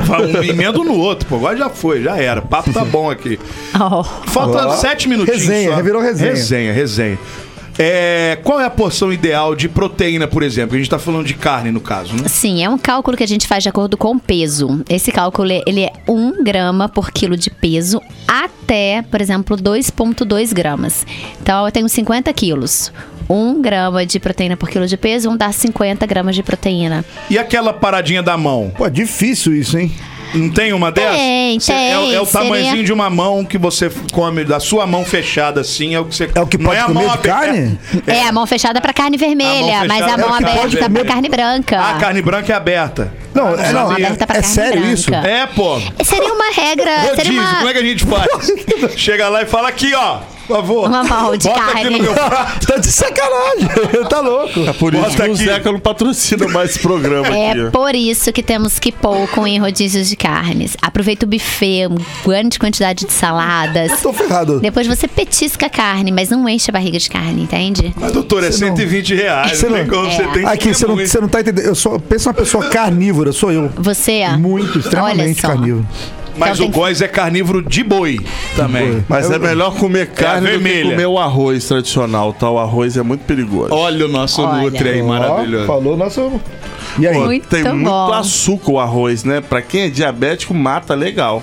Vai um emenda no outro, pô. Agora já foi, já era. Papo tá bom aqui. Oh. Falta Ó. sete minutinhos. Resenha, só. virou resenha. Resenha, resenha. É, qual é a porção ideal de proteína, por exemplo? A gente tá falando de carne, no caso, né? Sim, é um cálculo que a gente faz de acordo com o peso. Esse cálculo é- ele é 1 grama por quilo de peso até, por exemplo, 2,2 gramas. Então eu tenho 50 quilos. 1 grama de proteína por quilo de peso, um dá 50 gramas de proteína. E aquela paradinha da mão? Pô, é difícil isso, hein? Não tem uma dessas? Tem, Cê- tem, É, o- é o seria- tamanhozinho de uma mão que você f- come, da sua mão fechada assim, é o que você É o que Não pode é a comer mão de aberta. carne? É, a mão fechada pra carne vermelha, A mão mas a fechada pra mão carne aberta pra vermelha. carne branca. Ah, a carne branca é aberta. Não, é, não, mão aberta tá pra é carne sério branca. isso? É, pô. Seria uma regra. seria Rodízio, uma... como é que a gente faz? Chega lá e fala aqui, ó, por favor. Uma mão de Bota aqui carne. no meu prato. tá de sacanagem, tá louco. É por isso Bota que o aqui. Zeca não patrocina mais esse programa aqui. É por isso que temos que pouco em rodízios de carnes. Aproveita o buffet, uma grande quantidade de saladas. Tô ferrado. Depois você petisca a carne, mas não enche a barriga de carne, entende? Mas, doutor, é Você não- 120 reais. Você não tem não- como, você É. tem que Aqui, ter você não, muito. você não tá entendendo. Eu sou, pensa uma pessoa carnívora, sou eu. Você. Muito, olha extremamente só. carnívoro. Mas Então o tem que- Góis é carnívoro de boi também. Mas é melhor comer carne do que vermelha. comer o arroz tradicional, tá? O arroz é muito perigoso. Olha o nosso Olha. Nutri aí, Ó, maravilhoso. falou nosso. E aí? Muito Tem muito bom. açúcar o arroz, né? Pra quem é diabético, mata legal.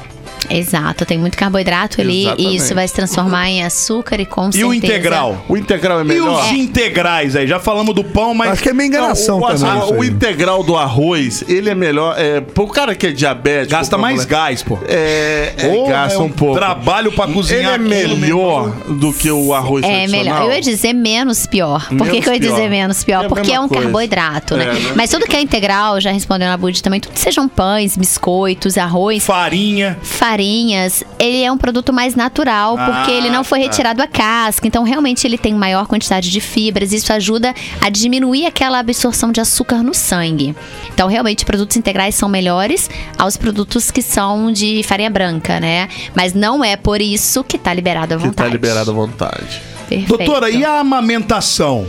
Exato, tem muito carboidrato ali Exatamente. e isso vai se transformar em açúcar e com E certeza. o integral? O integral é E melhor. os integrais aí? Já falamos do pão, mas. Acho que é meio enganação o, também. açúcar- isso o aí. integral do arroz, ele é melhor. É, pro cara que é diabético. Gasta pra mais mulher- gás, pô. É, é, Ou gasta é um pouco. Trabalho pra Ele cozinhar. né? é melhor do que o arroz É tradicional. melhor. Eu ia dizer menos pior. Por Menos que, que eu ia pior. dizer menos É pior? a Porque mesma é um coisa. carboidrato, né? É, né? Mas tudo que é integral, já respondendo a Bud também, tudo que sejam pães, biscoitos, arroz, Farinha. farinhas, ele é um produto mais natural, Ah, porque ele não foi tá. retirado a casca, então realmente ele tem maior quantidade de fibras, isso ajuda a diminuir aquela absorção de açúcar no sangue. Então, realmente, produtos integrais são melhores aos produtos que são de farinha branca, né? Mas não é por isso que tá liberado à Que tá vontade. liberado à vontade. Perfeito. Doutora, e a amamentação?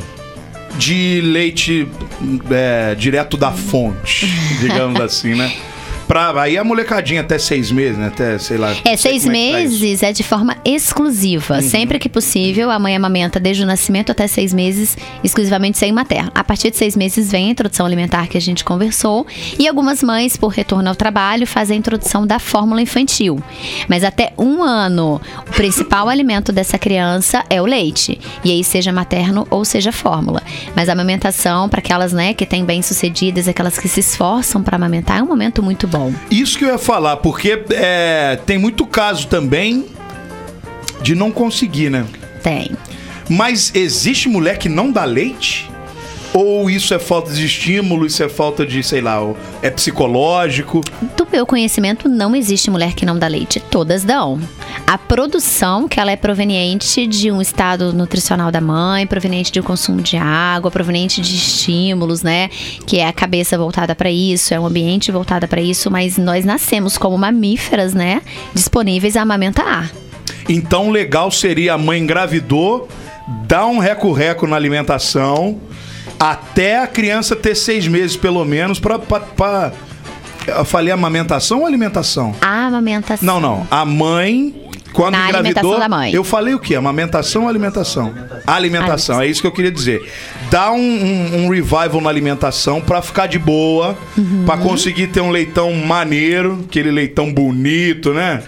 De leite é, direto da fonte, digamos assim, né? Pra, aí a molecadinha até seis meses, né? Até, sei lá. É, não sei seis como que tá isso. meses é de forma exclusiva. Sempre que possível, a mãe amamenta desde o nascimento até seis meses, exclusivamente sem materno. A partir de seis meses vem a introdução alimentar que a gente conversou. E algumas mães, por retorno ao trabalho, fazem a introdução da fórmula infantil. Mas até um ano, o principal alimento dessa criança é o leite. E aí, seja materno ou seja fórmula. Mas a amamentação, para aquelas né, que têm bem-sucedidas, aquelas que se esforçam para amamentar, é um momento muito bom. Isso que eu ia falar, porque é, tem muito caso também de não conseguir, né? Tem. Mas existe mulher que não dá leite? Ou isso é falta de estímulo, isso é falta de, sei lá, o- é psicológico? Do meu conhecimento, não existe mulher que não dá leite. Todas dão. A produção, que ela é proveniente de um estado nutricional da mãe, proveniente de um consumo de água, proveniente de estímulos, né? Que é a cabeça voltada para isso, é um ambiente voltada para isso, mas nós nascemos como mamíferas, né? Disponíveis a amamentar. Então, legal seria a mãe engravidou, dar um reco-reco na alimentação, até a criança ter seis meses, pelo menos, pra. pra, pra- eu falei amamentação ou alimentação? A amamentação. Não, não. A mãe, quando Na engravidou. alimentação da mãe. Eu falei o quê? Amamentação ou alimentação? Alimentação. É isso que eu queria dizer. Dá um, um- um revival na alimentação pra ficar de boa, Uhum. pra conseguir ter um leitão maneiro, aquele leitão bonito, né?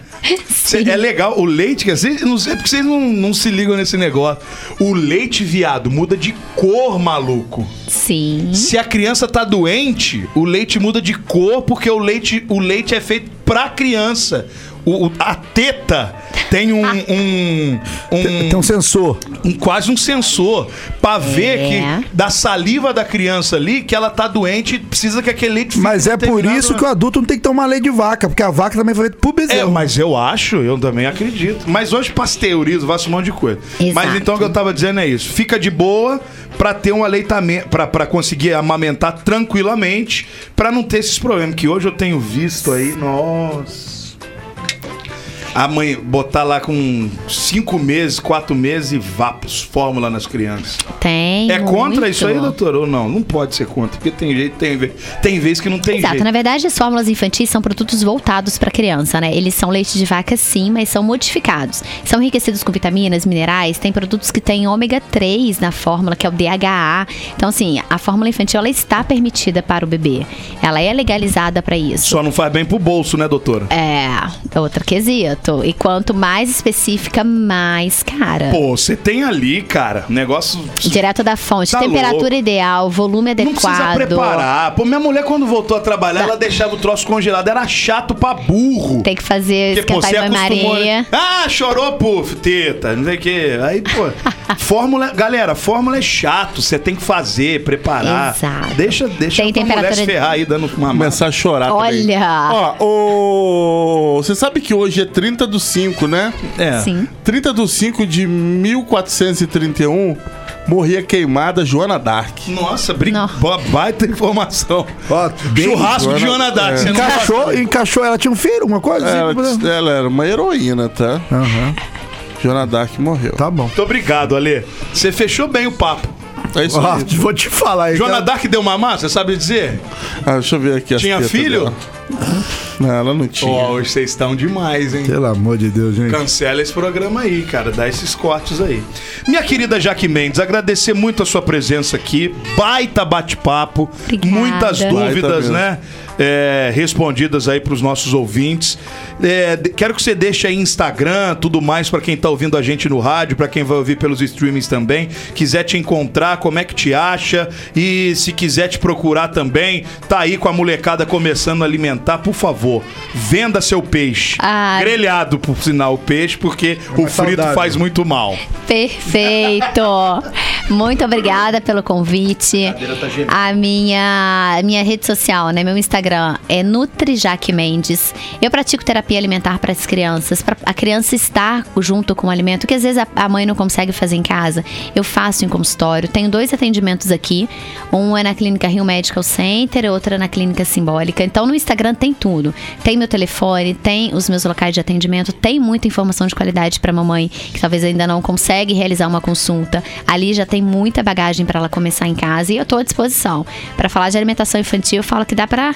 Cê- É legal, o leite, que às vezes, não sei porque vocês não, não se ligam nesse negócio. O leite, viado, muda de cor, maluco. Sim. Se a criança tá doente, o leite muda de cor porque o leite, o leite é feito pra criança. O, o- a teta tem um, um, um- Tem um sensor. um- quase um sensor pra ver É. que da saliva da criança ali que ela tá doente e precisa que aquele leite fique Mas é por determinado- né? isso que o adulto não tem que tomar leite de vaca, porque a vaca também foi feita por É, bezerro. mas eu acho, eu também acredito. Mas hoje pasteurizo, faço um monte de coisa. Exato. Mas então o que eu tava dizendo é isso. Fica de boa pra ter um aleitamento, pra, pra conseguir amamentar tranquilamente, pra não ter esses problemas que hoje eu tenho visto aí. Nossa. Amanhã, botar lá com cinco meses, quatro meses e vapos, fórmula nas crianças. Tem. É contra isso aí, muito. doutor? Ou não? Não pode ser contra, porque tem jeito, tem vez, tem vez que não tem Exato, né? jeito. na verdade as fórmulas infantis são produtos voltados para criança, né? Eles são leite de vaca sim, mas são modificados. São enriquecidos com vitaminas, minerais, tem produtos que têm ômega 3 na fórmula, que é o DHA. Então assim, a fórmula infantil ela está permitida para o bebê. Ela é legalizada para isso. Só não faz bem pro bolso, né, doutora? É, outro quesito. E quanto mais específica, mais cara. Pô, você tem ali, cara, um negócio. Direto da fonte, Tá temperatura louco. ideal, volume Não precisa adequado. Tá. preparar. Pô, minha mulher, quando voltou a trabalhar, ela deixava o troço congelado. Era chato pra burro. Tem que fazer Porque pô, você esquentar em acostumou. banho-maria. né? Ah, chorou, puf, teta, não sei o quê. Aí, pô, fórmula. Galera, fórmula é chato. Você tem que fazer, preparar. Exato. Deixa, deixa Tem a mulher se temperatura- ferrar aí dando uma Começar a chorar também. Olha! Ó, o... você sabe que hoje é 30 do 5, né? É. Sim. 30 do 5 de 1431 morria queimada Joana Dark. Nossa, briga. Não. Boa, baita informação. Ó, bem- É, é. Churrasco de Joana- Joana Dark. você não É, Encaixou, gosta? encaixou. Ela tinha um filho, uma coisa? Ela, assim, né? ela era uma heroína, tá? Aham, Joana Dark morreu. tá bom. Muito obrigado, Ale. Você fechou bem o papo. É isso Ó, aí. vou te falar aí. Joana cara. Dark deu mamar, você sabe dizer? Ah, deixa eu ver aqui. as Tinha tetas filho? dela. Não, ela não tinha. Ó, hoje vocês estão demais, hein? Pelo amor de Deus, gente. Cancela esse programa aí, cara. Dá esses cortes aí. Minha querida Jaque Mendes, agradecer muito a sua presença aqui. Baita bate-papo. Obrigada. Muitas Baita dúvidas, mesmo. né? É, respondidas aí pros nossos ouvintes. É, de- quero que você deixe aí Instagram, tudo mais, pra quem tá ouvindo a gente no rádio, pra quem vai ouvir pelos streamings também. Quiser te encontrar, como é que te acha? E se quiser te procurar também, tá aí com a molecada começando a alimentar, por favor, venda seu peixe. Ah. Grelhado, por sinal, o peixe, porque o frito saudável. faz muito mal. Perfeito! Muito obrigada pelo convite. A minha, minha rede social, né? Meu Instagram é NutriJaque Mendes. Eu pratico terapia alimentar para as crianças, para a criança estar junto com o alimento, que às vezes a, a mãe não consegue fazer em casa. Eu faço em consultório. Tenho dois atendimentos aqui. Um é na clínica Rio Medical Center, outra na clínica Simbólica. Então no Instagram tem tudo. Tem meu telefone, tem os meus locais de atendimento, tem muita informação de qualidade para mamãe que talvez ainda não consegue realizar uma consulta. Ali já tem muita bagagem para ela começar em casa e eu tô à disposição. Para falar de alimentação infantil, eu falo que dá para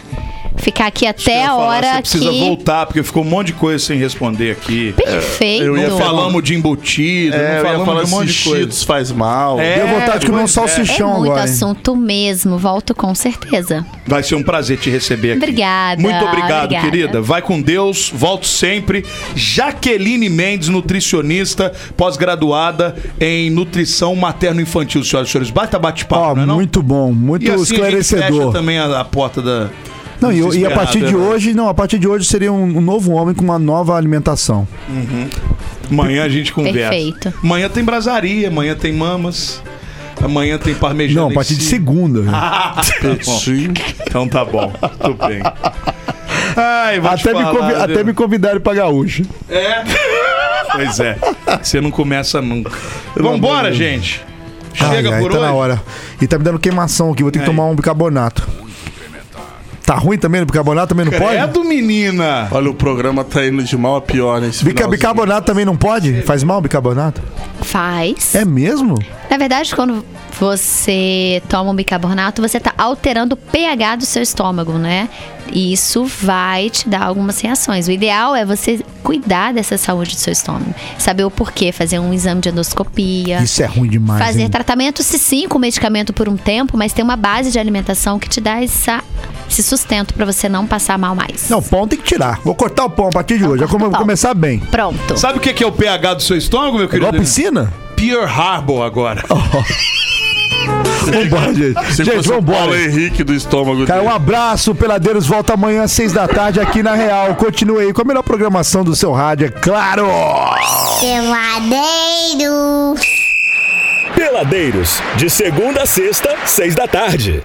ficar aqui até Eu ia a falar, hora Você precisa que voltar, É, porque ficou um monte de coisa sem responder aqui. Perfeito. eu ia Não falar- falamos de embutido, É, não eu ia falamos falar de um monte se de coisa. Cheetos faz mal. É. Deu vontade de comer um pois é. É salsichão muito agora. hein? assunto mesmo, volto com certeza. Vai ser um prazer te receber aqui. Obrigada, Muito obrigado, obrigada. querida. Vai com Deus, volto sempre. Jaqueline Mendes, nutricionista, pós-graduada em nutrição materno-infantil, senhoras e senhores. Bata bate-papo, Ó, não é não? muito bom, muito e assim A gente fecha esclarecedor. também a, a porta da. Não, e, dos e a partir de desesperados, né? hoje, não, a partir de hoje seria um, um novo homem com uma nova alimentação. Amanhã a gente conversa. Perfeito. Amanhã tem brasaria, amanhã tem mamas, amanhã tem parmejana. Não, a em partir de si. segunda. Ah, tá bom. Sim. Então tá bom, tudo bem. Ai, vou te até, me falar, convi- viu? até me convidaram pra gaúcha. Pois é, você não começa nunca. Vambora, gente. Chega Ai, ai, por tá hoje. na hora. E tá me dando queimação aqui, vou ter que Aí. tomar um bicarbonato. Tá ruim também no bicarbonato? Também não pode? Credo, É menina. Olha, o programa tá indo de mal a pior nesse Bica- finalzinho. bicarbonato também não pode? Faz mal o bicarbonato? Faz. É mesmo? Na verdade, quando você toma um bicarbonato, você tá alterando o pH do seu estômago, né? E isso vai te dar algumas reações. O ideal é você cuidar dessa saúde do seu estômago. Saber o porquê, fazer um exame de endoscopia. Isso é ruim demais. Fazer hein? tratamento, se sim, com medicamento por um tempo, mas tem uma base de alimentação que te dá essa, esse sustento pra você não passar mal mais. Não, pão tem que tirar. Vou cortar o pão a partir de hoje. Já corta como o vou pão. começar bem. Pronto. Sabe o que que é o pH do seu estômago, meu É igual querido? piscina? Pure Harbor agora. Vambora, gente. Se gente, fosse o Paulo vambora. Henrique do estômago Cara, um dele. abraço, Peladeiros. Volta amanhã às seis da tarde aqui na Real. Continue aí com a melhor programação do seu rádio, é claro! Peladeiro. Peladeiros, de segunda a sexta, seis da tarde.